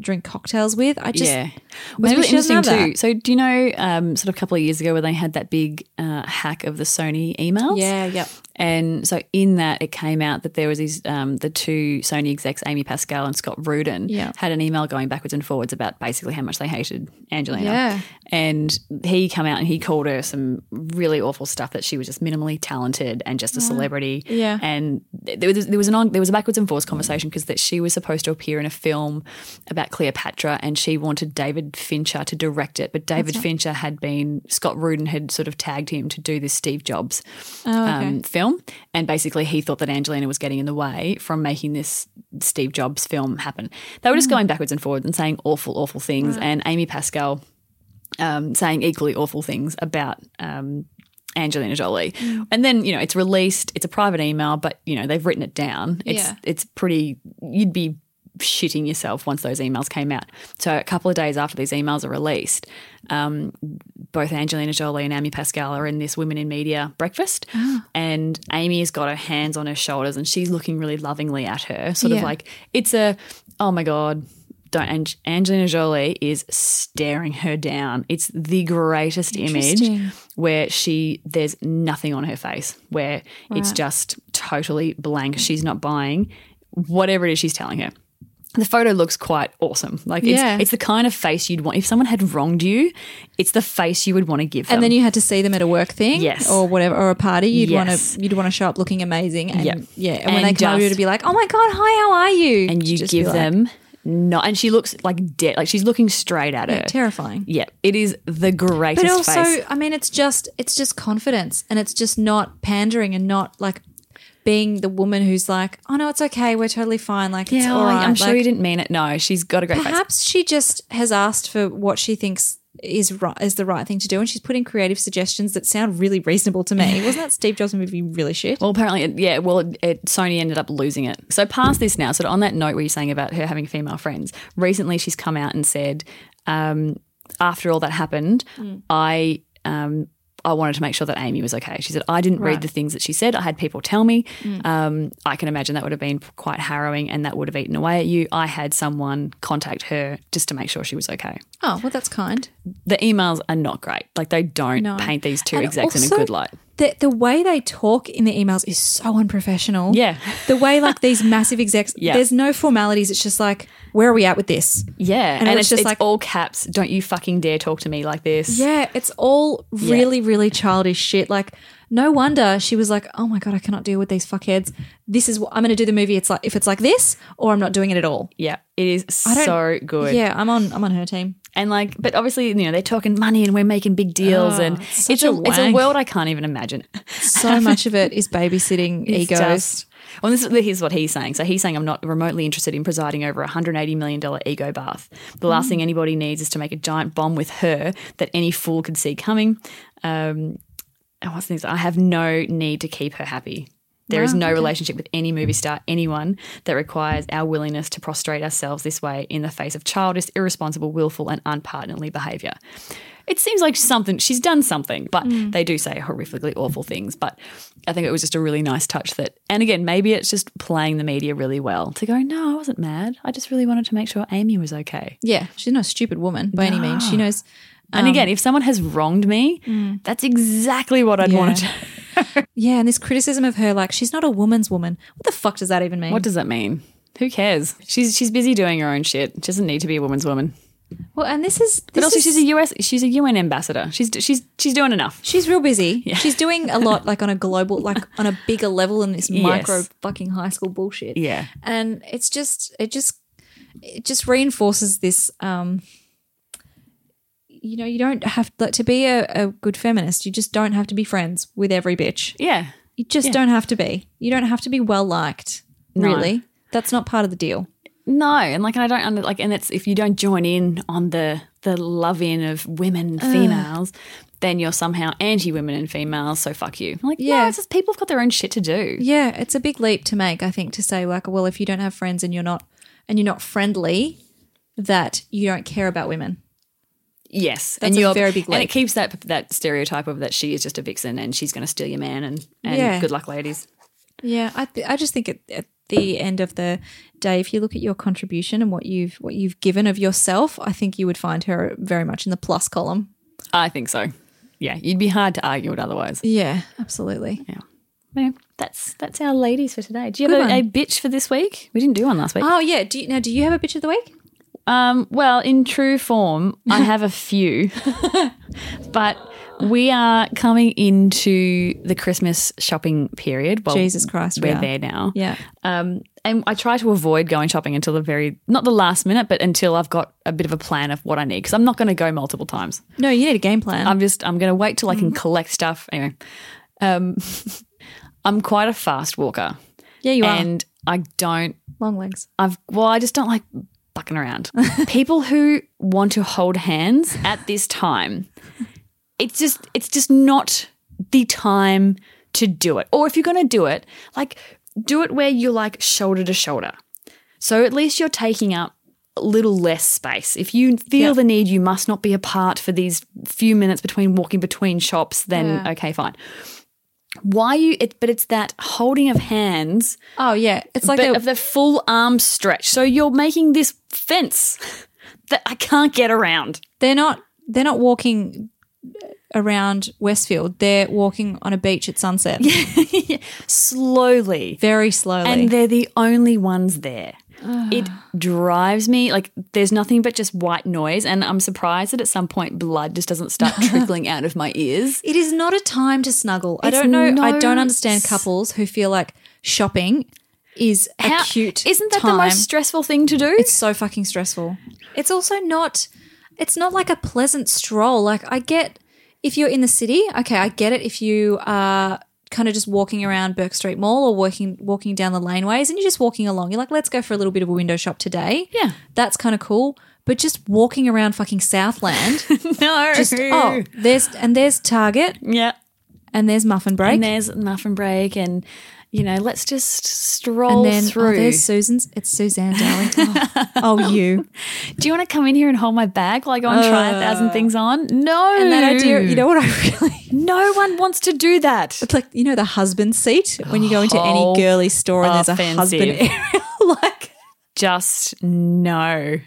Speaker 2: drink cocktails with, I just
Speaker 1: yeah,
Speaker 2: yeah,
Speaker 1: it was
Speaker 2: maybe
Speaker 1: really
Speaker 2: she doesn't
Speaker 1: interesting
Speaker 2: have
Speaker 1: too. So, do you know, um, sort of a couple of years ago, when they had that big uh, hack of the Sony emails?
Speaker 2: yeah, yep.
Speaker 1: And so, in that, it came out that there was these um, the two Sony execs, Amy Pascal and Scott Rudin,
Speaker 2: Yeah.
Speaker 1: had an email going backwards and forwards about basically how much they hated Angelina.
Speaker 2: Yeah.
Speaker 1: And he come out and he called her some really awful stuff that she was just minimally talented and just a celebrity.
Speaker 2: Yeah.
Speaker 1: And th- there was, there was an on, there was a backwards and forwards conversation because that she was supposed to appear in a film about Cleopatra and she wanted David Fincher to direct it, but David Fincher had been Scott Rudin had sort of tagged him to do this Steve Jobs um, film, and basically he thought that Angelina was getting in the way from making this Steve Jobs film happen. They were just going backwards and forwards and saying awful, awful things, and Amy Pascal um, saying equally awful things about um, Angelina Jolie. And then you know it's released. It's a private email, but you know they've written it down. It's
Speaker 2: Yeah.
Speaker 1: it's pretty. You'd be shitting yourself once those emails came out. So a couple of days after these emails are released, um, both Angelina Jolie and Amy Pascal are in this Women in Media breakfast,
Speaker 2: Ah.
Speaker 1: and Amy has got her hands on her shoulders and she's looking really lovingly at her, sort of
Speaker 2: Yeah.
Speaker 1: like it's a, oh my god. Don't Ang- Angelina Jolie is staring her down. It's the greatest image
Speaker 2: Interesting.
Speaker 1: where she there's nothing on her face, where it's just totally blank. She's not buying whatever it is she's telling her. The photo looks quite awesome. Like it's,
Speaker 2: Yeah.
Speaker 1: it's the kind of face you'd want if someone had wronged you. It's the face you would want to give them.
Speaker 2: And then you had to see them at a work thing,
Speaker 1: Um, Yes.
Speaker 2: or whatever, or a party. You'd
Speaker 1: Yes.
Speaker 2: want to, you'd want to show up looking amazing, and
Speaker 1: Yep.
Speaker 2: yeah. And, when
Speaker 1: And
Speaker 2: they come over,
Speaker 1: just-
Speaker 2: you'd be like, "Oh my god, hi, how are you?"
Speaker 1: and you
Speaker 2: Just be
Speaker 1: give
Speaker 2: like,
Speaker 1: them no. And she looks like dead. Like she's looking straight at her.
Speaker 2: terrifying.
Speaker 1: yeah, it is the greatest
Speaker 2: but also
Speaker 1: face.
Speaker 2: i mean it's just it's just confidence and it's just not pandering and not like being the woman who's like oh no it's okay we're totally fine like it's
Speaker 1: Yeah,
Speaker 2: all right
Speaker 1: I'm sure
Speaker 2: Like,
Speaker 1: you didn't mean it. No, she's got a great face.
Speaker 2: perhaps she just has asked for what she thinks is right is the right thing to do and she's put in creative suggestions that sound really reasonable to me wasn't that steve jobs movie really shit
Speaker 1: Well, apparently, it, yeah. Well, it, it, Sony ended up losing it. So past this now. So on that note, where you're saying about her having female friends, recently she's come out and said, um, after all that happened,
Speaker 2: Mm.
Speaker 1: I. Um, I wanted to make sure that Amy was okay. She said, I didn't read the things that she said. I had people tell me.
Speaker 2: Mm.
Speaker 1: Um, I can imagine that would have been quite harrowing and that would have eaten away at you. I had someone contact her just to make sure she was okay.
Speaker 2: oh well that's kind
Speaker 1: The emails are not great. Like, they don't paint these two
Speaker 2: And
Speaker 1: execs in a
Speaker 2: also-
Speaker 1: good light.
Speaker 2: the, the way they talk in the emails is so unprofessional.
Speaker 1: Yeah.
Speaker 2: The way like these massive execs,
Speaker 1: Yeah.
Speaker 2: there's no formalities. It's just like, where are we at with this?
Speaker 1: Yeah. And,
Speaker 2: it was
Speaker 1: it's
Speaker 2: just
Speaker 1: just
Speaker 2: like-
Speaker 1: like all caps. Don't you fucking dare talk to me like this.
Speaker 2: Yeah, it's all really, really childish shit. Like, no wonder she was like, "Oh my god, I cannot deal with these fuckheads. This is what I'm going to do the movie. It's like if it's like this, or I'm not doing it at all."
Speaker 1: Yeah. It is
Speaker 2: don't-
Speaker 1: so good.
Speaker 2: Yeah, I'm on. I'm on her team.
Speaker 1: And like, but obviously, you know, they're talking money and we're making big deals.
Speaker 2: Oh,
Speaker 1: and
Speaker 2: it's such
Speaker 1: it's
Speaker 2: a
Speaker 1: a, it's a
Speaker 2: wank.
Speaker 1: world I can't even imagine.
Speaker 2: So much of it is babysitting
Speaker 1: It's
Speaker 2: egos.
Speaker 1: just- well, this is, here's what he's saying. So he's saying, I'm not remotely interested in presiding over a $180 million ego bath. The last
Speaker 2: Mm.
Speaker 1: thing anybody needs is to make a giant bomb with her that any fool could see coming. Um, and what's the next? I have no need to keep her happy. There is
Speaker 2: Wow,
Speaker 1: no relationship with any movie star, anyone, that requires our willingness to prostrate ourselves this way in the face of childish, irresponsible, willful, and unpardonably behaviour. It seems like something she's done something, but they do say horrifically awful things. But I think it was just a really nice touch that, and again, maybe it's just playing the media really well to go, no, I wasn't mad. I just really wanted to make sure Amy was okay.
Speaker 2: Yeah, she's not a stupid woman by any means. She knows.
Speaker 1: And again, if someone has wronged me, that's exactly what I'd want to do.
Speaker 2: Yeah, and this criticism of her, like she's not a woman's woman. What the fuck does that even mean?
Speaker 1: What does that mean? Who cares? She's she's busy doing her own shit. She doesn't need to be a woman's woman.
Speaker 2: well, and this is. This
Speaker 1: But also,
Speaker 2: is,
Speaker 1: she's a US. She's a UN ambassador. She's she's she's doing enough.
Speaker 2: She's real busy. She's doing a lot, like on a global, like on a bigger level than this micro fucking high school bullshit.
Speaker 1: Yeah.
Speaker 2: and it's just, it just, it just reinforces this. um You know, you don't have like, to be a, a good feminist. You just don't have to be friends with every bitch.
Speaker 1: Yeah.
Speaker 2: You just don't have to be. You don't have to be well liked. Really, that's not part of the deal.
Speaker 1: No, and like I don't under, like, and it's if you don't join in on the the love in of women and females, then you're somehow anti women and females. So fuck you. I'm like yeah,
Speaker 2: Yeah.
Speaker 1: it's just people have got their own shit to do.
Speaker 2: Yeah, it's a big leap to make, I think, to say like, well, if you don't have friends and you're not and you're not friendly, that you don't care about women.
Speaker 1: Yes,
Speaker 2: That's a very big
Speaker 1: and it
Speaker 2: leap.
Speaker 1: keeps that that stereotype of that she is just a vixen and she's going to steal your man and and
Speaker 2: Yeah.
Speaker 1: good luck, ladies.
Speaker 2: Yeah, I th- I just think at, at the end of the day, if you look at your contribution and what you've what you've given of yourself, I think you would find her very much in the plus column.
Speaker 1: I think so. Yeah, you'd be hard to argue it otherwise.
Speaker 2: Yeah, absolutely.
Speaker 1: Yeah, that's that's our ladies for today. Do you
Speaker 2: Good
Speaker 1: have a, a
Speaker 2: one.
Speaker 1: bitch for this week? We didn't do one last week.
Speaker 2: Oh yeah. Do you, now? Do you have a bitch of the week?
Speaker 1: Um, well, in true form, I have a few, but we are coming into the Christmas shopping period. Well,
Speaker 2: Jesus Christ, we
Speaker 1: Oh, we're
Speaker 2: are.
Speaker 1: there now.
Speaker 2: Yeah.
Speaker 1: Um, and I try to avoid going shopping until the very not the last minute, but until I've got a bit of a plan of what I need because I'm not going to go multiple times.
Speaker 2: No, you need a game plan.
Speaker 1: I'm just I'm going to wait till I
Speaker 2: Mm.
Speaker 1: can collect stuff. Anyway, um, I'm quite a fast walker,
Speaker 2: yeah, you are.
Speaker 1: and I don't
Speaker 2: Long legs.
Speaker 1: I've well, I just don't like fucking around. People who want to hold hands at this time, it's just it's just not the time to do it. Or if you're going to do it, like do it where you're like shoulder to shoulder. So at least you're taking up a little less space. If you feel the need, you must not be apart for these few minutes between walking between shops. Then
Speaker 2: Yeah.
Speaker 1: okay, fine. Why you? It, but it's that holding of hands
Speaker 2: Oh yeah, it's like
Speaker 1: but
Speaker 2: the,
Speaker 1: of the full arm stretch. So you're making this fence that I can't get around.
Speaker 2: they're not they're not walking around Westfield. They're walking on a beach at sunset,
Speaker 1: Slowly.
Speaker 2: very slowly.
Speaker 1: And they're the only ones there. It drives me like there's nothing but just white noise, and I'm surprised that at some point blood just doesn't start trickling out of my ears.
Speaker 2: it is not a time to snuggle. I
Speaker 1: It's
Speaker 2: don't know. I
Speaker 1: no
Speaker 2: don't understand
Speaker 1: s-
Speaker 2: couples who feel like shopping is
Speaker 1: How-
Speaker 2: a cute.
Speaker 1: Isn't that
Speaker 2: time.
Speaker 1: the most stressful thing to do?
Speaker 2: It's so fucking stressful. It's also not. It's not like a pleasant stroll. Like I get if you're in the city. Okay, I get it. If you are kind of just walking around Burke Street Mall or walking walking down the laneways and you're just walking along, you're like, let's go for a little bit of a window shop today.
Speaker 1: Yeah.
Speaker 2: that's kind of cool. But just walking around fucking Southland.
Speaker 1: no.
Speaker 2: just, oh, there's and there's Target
Speaker 1: yeah.
Speaker 2: and there's Muffin Break
Speaker 1: And
Speaker 2: and,
Speaker 1: there's muffin break, and you know, let's just stroll
Speaker 2: then
Speaker 1: through.
Speaker 2: oh, there's Susan's. It's Suzanne, darling. Oh, oh, you.
Speaker 1: do you want to come in here and hold my bag while I go and try a thousand things on? No.
Speaker 2: Uh. And that idea, you know what I really
Speaker 1: no one wants to do that.
Speaker 2: It's like you know the husband seat when you go into
Speaker 1: How
Speaker 2: any girly store and
Speaker 1: oh,
Speaker 2: there's a husband
Speaker 1: offensive.
Speaker 2: area. like
Speaker 1: Just no.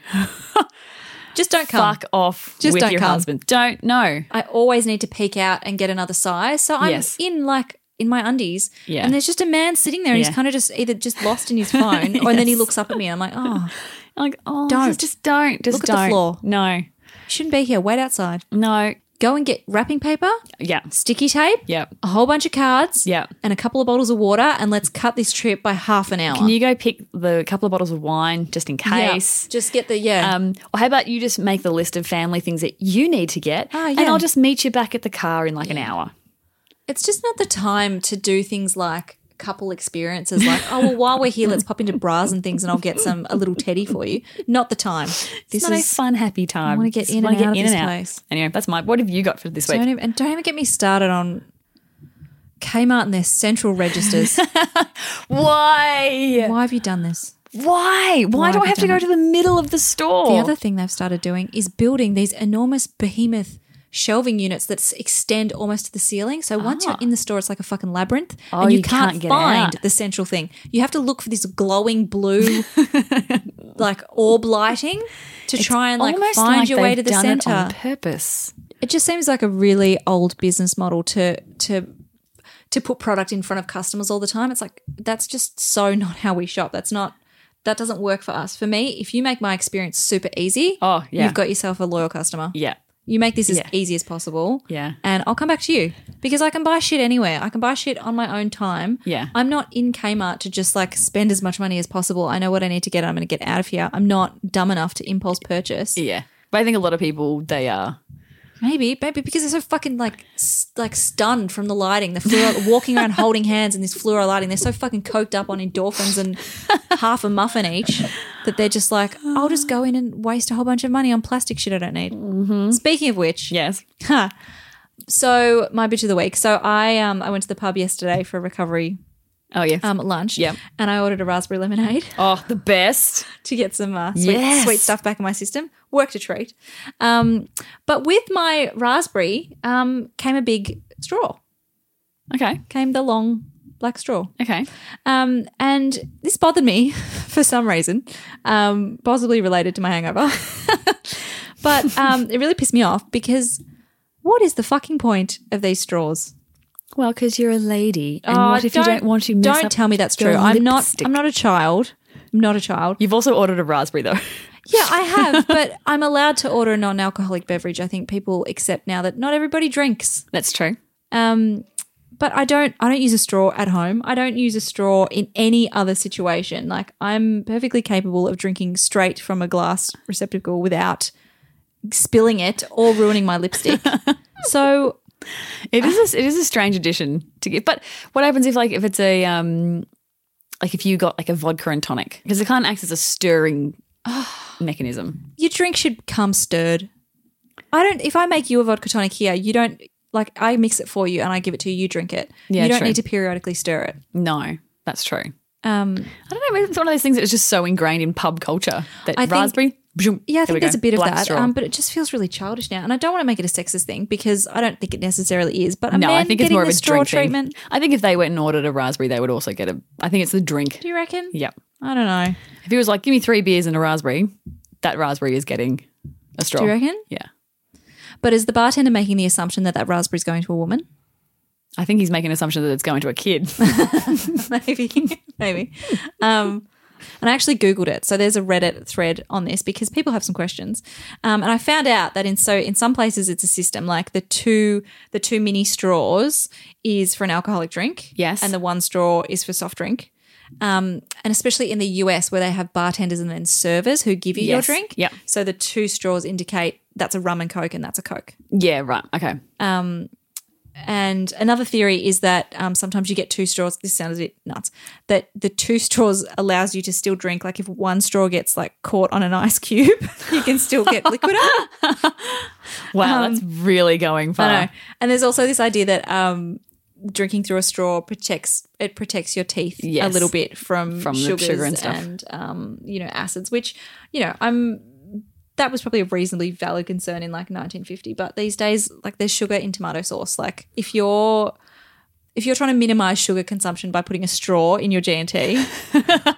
Speaker 2: Just don't come.
Speaker 1: Fuck off
Speaker 2: Just
Speaker 1: with
Speaker 2: don't
Speaker 1: your
Speaker 2: come.
Speaker 1: husband. Don't no.
Speaker 2: I always need to peek out and get another size. So I'm
Speaker 1: Yes.
Speaker 2: in like in my undies,
Speaker 1: Yeah.
Speaker 2: and there's just a man sitting there, and
Speaker 1: Yeah.
Speaker 2: he's kind of just either just lost in his phone, or then he
Speaker 1: Yes.
Speaker 2: looks up at me, and I'm like, oh,
Speaker 1: Like, oh,
Speaker 2: Don't.
Speaker 1: just, just don't. Just
Speaker 2: Look at
Speaker 1: don't.
Speaker 2: the floor.
Speaker 1: No.
Speaker 2: you shouldn't be here. Wait outside.
Speaker 1: No.
Speaker 2: Go and get wrapping paper,
Speaker 1: Yeah.
Speaker 2: sticky tape,
Speaker 1: Yeah.
Speaker 2: a whole bunch of cards,
Speaker 1: Yeah.
Speaker 2: and a couple of bottles of water, and let's cut this trip by half an hour.
Speaker 1: Can you go pick the couple of bottles of wine just in
Speaker 2: Yeah.
Speaker 1: case?
Speaker 2: Just get the yeah.
Speaker 1: Um, or how about you just make the list of family things that you need to get,
Speaker 2: Ah,
Speaker 1: and
Speaker 2: yeah.
Speaker 1: I'll just meet you back at the car in like an hour.
Speaker 2: it's just not the time to do things like couple experiences like oh well while we're here let's pop into bras and things and i'll get some a little teddy for you not the time
Speaker 1: It's
Speaker 2: this
Speaker 1: not
Speaker 2: is
Speaker 1: a fun, happy time. I
Speaker 2: wanna get in and out of this place.
Speaker 1: Anyway, that's my. What have you got for this week?
Speaker 2: Don't even, and don't even get me started on Kmart and their central registers.
Speaker 1: Why?
Speaker 2: Why have you done this?
Speaker 1: Why? Why do
Speaker 2: have
Speaker 1: I
Speaker 2: you
Speaker 1: have to
Speaker 2: done
Speaker 1: go to the middle of the store?
Speaker 2: The other thing they've started doing is building these enormous behemoth shelving units that s- extend almost to the ceiling. So once you're in the store, it's like a fucking labyrinth,
Speaker 1: Ah. Oh,
Speaker 2: and you,
Speaker 1: you
Speaker 2: can't,
Speaker 1: can't get
Speaker 2: find
Speaker 1: out.
Speaker 2: the central thing. You have to look for this glowing blue, like orb lighting, to try and like
Speaker 1: Almost
Speaker 2: find
Speaker 1: like
Speaker 2: your way to
Speaker 1: they've
Speaker 2: the
Speaker 1: done
Speaker 2: center.
Speaker 1: it on purpose.
Speaker 2: it just seems like a really old business model to to to put product in front of customers all the time it's like that's just so not how we shop that's not that doesn't work for us for me if you make my experience super easy
Speaker 1: Oh, yeah.
Speaker 2: you've got yourself a loyal customer
Speaker 1: Yeah.
Speaker 2: you make this as
Speaker 1: Yeah.
Speaker 2: easy as possible
Speaker 1: Yeah.
Speaker 2: and i'll come back to you because i can buy shit anywhere i can buy shit on my own time
Speaker 1: Yeah.
Speaker 2: i'm not in kmart to just like spend as much money as possible i know what i need to get i'm going to get out of here i'm not dumb enough to impulse purchase
Speaker 1: Yeah. But I think a lot of people they are.
Speaker 2: Maybe, maybe because they're so fucking like s- like stunned from the lighting, the fluor, walking around holding hands in this fluoro lighting. They're so fucking coked up on endorphins and half a muffin each that they're just like, I'll just go in and waste a whole bunch of money on plastic shit I don't need. Speaking of which,
Speaker 1: Yes.
Speaker 2: Huh. So my bitch of the week. So I um I went to the pub yesterday for a recovery
Speaker 1: Oh yes.
Speaker 2: um lunch.
Speaker 1: Yep.
Speaker 2: and I ordered a raspberry lemonade
Speaker 1: oh, the best.
Speaker 2: to get some uh, sweet,
Speaker 1: Yes.
Speaker 2: sweet stuff back in my system. Worked a treat. Um, but with my raspberry um, came a big straw,
Speaker 1: Okay.
Speaker 2: came the long black straw.
Speaker 1: Okay.
Speaker 2: Um, and this bothered me for some reason, um, possibly related to my hangover. but um, it really pissed me off because what is the fucking point of these straws?
Speaker 1: Well, because you're a lady, and
Speaker 2: Oh,
Speaker 1: what if you don't want to mess
Speaker 2: Don't
Speaker 1: up
Speaker 2: tell me that's true.
Speaker 1: your
Speaker 2: I'm not.
Speaker 1: lipstick?
Speaker 2: I'm not a child. I'm not a child.
Speaker 1: You've also ordered a raspberry though.
Speaker 2: Yeah, I have, but I'm allowed to order a non-alcoholic beverage. I think people accept now that not everybody drinks.
Speaker 1: That's true.
Speaker 2: Um, but I don't. I don't use a straw at home. I don't use a straw in any other situation. Like I'm perfectly capable of drinking straight from a glass receptacle without spilling it or ruining my lipstick. so
Speaker 1: It is. A, it is a strange addition to give. But what happens if, like, if it's a um, like if you got like a vodka and tonic because it can't act as a stirring Oh. mechanism.
Speaker 2: your drink should come stirred. I don't. If I make you a vodka tonic here, you don't like. I mix it for you and I give it to you. You drink it.
Speaker 1: Yeah,
Speaker 2: you don't
Speaker 1: true.
Speaker 2: need to periodically stir it.
Speaker 1: No, that's true.
Speaker 2: Um,
Speaker 1: I don't know. Maybe it's one of those things that is just so ingrained in pub culture that
Speaker 2: I think-
Speaker 1: raspberry. zoom,
Speaker 2: Yeah, I
Speaker 1: there
Speaker 2: think
Speaker 1: we
Speaker 2: there's
Speaker 1: go,
Speaker 2: a bit of
Speaker 1: black
Speaker 2: that,
Speaker 1: straw.
Speaker 2: um, but it just feels really childish now. And I don't want to make it a sexist thing because I don't think it necessarily is. But a
Speaker 1: no,
Speaker 2: man
Speaker 1: I think it's
Speaker 2: getting
Speaker 1: more of
Speaker 2: the
Speaker 1: a
Speaker 2: straw
Speaker 1: drink thing.
Speaker 2: treatment,
Speaker 1: I think if they went and ordered a raspberry, they would also get a. I think it's the drink.
Speaker 2: do you reckon?
Speaker 1: Yep.
Speaker 2: I don't know.
Speaker 1: If he was like, "Give me three beers and a raspberry," that raspberry is getting a straw.
Speaker 2: Do you reckon?
Speaker 1: Yeah.
Speaker 2: But is the bartender making the assumption that that raspberry's going to a woman?
Speaker 1: I think he's making an assumption that it's going to a kid.
Speaker 2: maybe, maybe. Um, and I actually googled it, so there's a Reddit thread on this because people have some questions. Um, and I found out that in so in some places it's a system like the two the two mini straws is for an alcoholic drink,
Speaker 1: Yes.
Speaker 2: and the one straw is for soft drink. Um, and especially in the US where they have bartenders and then servers who give you
Speaker 1: Yes.
Speaker 2: your drink.
Speaker 1: Yep.
Speaker 2: So the two straws indicate that's a rum and coke and that's a coke.
Speaker 1: yeah. Right. Okay.
Speaker 2: And another theory is that um, sometimes you get two straws. This sounds a bit nuts. That the two straws allows you to still drink. Like if one straw gets like caught on an ice cube, you can still get liquid up.
Speaker 1: Wow, that's really going far.
Speaker 2: Um, I know. And there's also this idea that um, drinking through a straw protects it protects your teeth a
Speaker 1: Yes.
Speaker 2: little bit from
Speaker 1: From
Speaker 2: from
Speaker 1: the
Speaker 2: sugars
Speaker 1: sugar and stuff.
Speaker 2: and um, you know acids, which you know I'm. That was probably a reasonably valid concern in like 1950, but these days, like there's sugar in tomato sauce. Like if you're if you're trying to minimize sugar consumption by putting a straw in your G&T,
Speaker 1: I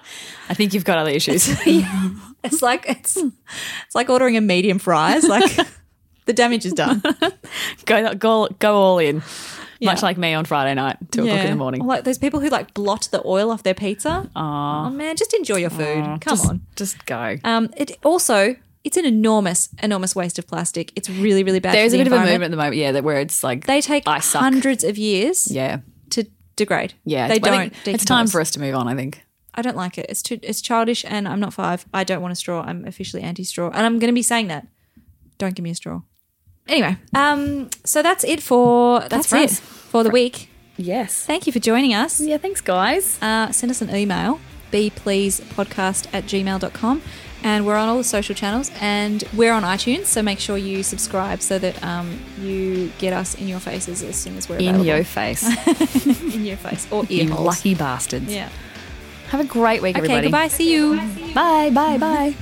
Speaker 1: think you've got other issues.
Speaker 2: it's like it's it's like ordering a medium fries. Like the damage is done.
Speaker 1: go, go, go all in. Much
Speaker 2: Yeah.
Speaker 1: like me on Friday night, two o'clock in the
Speaker 2: Or
Speaker 1: morning.
Speaker 2: Like those people who like blot the oil off their pizza. Oh man, just enjoy your food. Come
Speaker 1: Just-
Speaker 2: on.
Speaker 1: Just go.
Speaker 2: Um, it also it's an enormous enormous waste of plastic. It's really really bad.
Speaker 1: There's
Speaker 2: for the
Speaker 1: a bit of a
Speaker 2: environment.
Speaker 1: movement at the moment, yeah, that where it's like
Speaker 2: They take
Speaker 1: I suck.
Speaker 2: hundreds of years
Speaker 1: yeah,
Speaker 2: to degrade.
Speaker 1: yeah.
Speaker 2: they
Speaker 1: I
Speaker 2: don't.
Speaker 1: think It's time
Speaker 2: decompose.
Speaker 1: for us to move on. I think.
Speaker 2: I don't like it. It's too. It's childish, and I'm not five. I don't want a straw. I'm officially anti-straw, and I'm going to be saying that. Don't give me a straw. Anyway, um, so that's it for that's,
Speaker 1: for
Speaker 2: it
Speaker 1: us.
Speaker 2: for the week.
Speaker 1: Yes.
Speaker 2: Thank you for joining us.
Speaker 1: Yeah. Thanks, guys.
Speaker 2: Uh, send us an email, bpleasepodcast at gmail.com. And we're on all the social channels and we're on iTunes. So make sure you subscribe so that um, you get us in your faces as soon as we're
Speaker 1: In
Speaker 2: available.
Speaker 1: your face,
Speaker 2: in your face or ear
Speaker 1: you
Speaker 2: holes.
Speaker 1: lucky bastards.
Speaker 2: Yeah.
Speaker 1: Have a great week,
Speaker 2: Okay,
Speaker 1: everybody.
Speaker 2: goodbye. See you.
Speaker 1: Bye. Bye. Bye.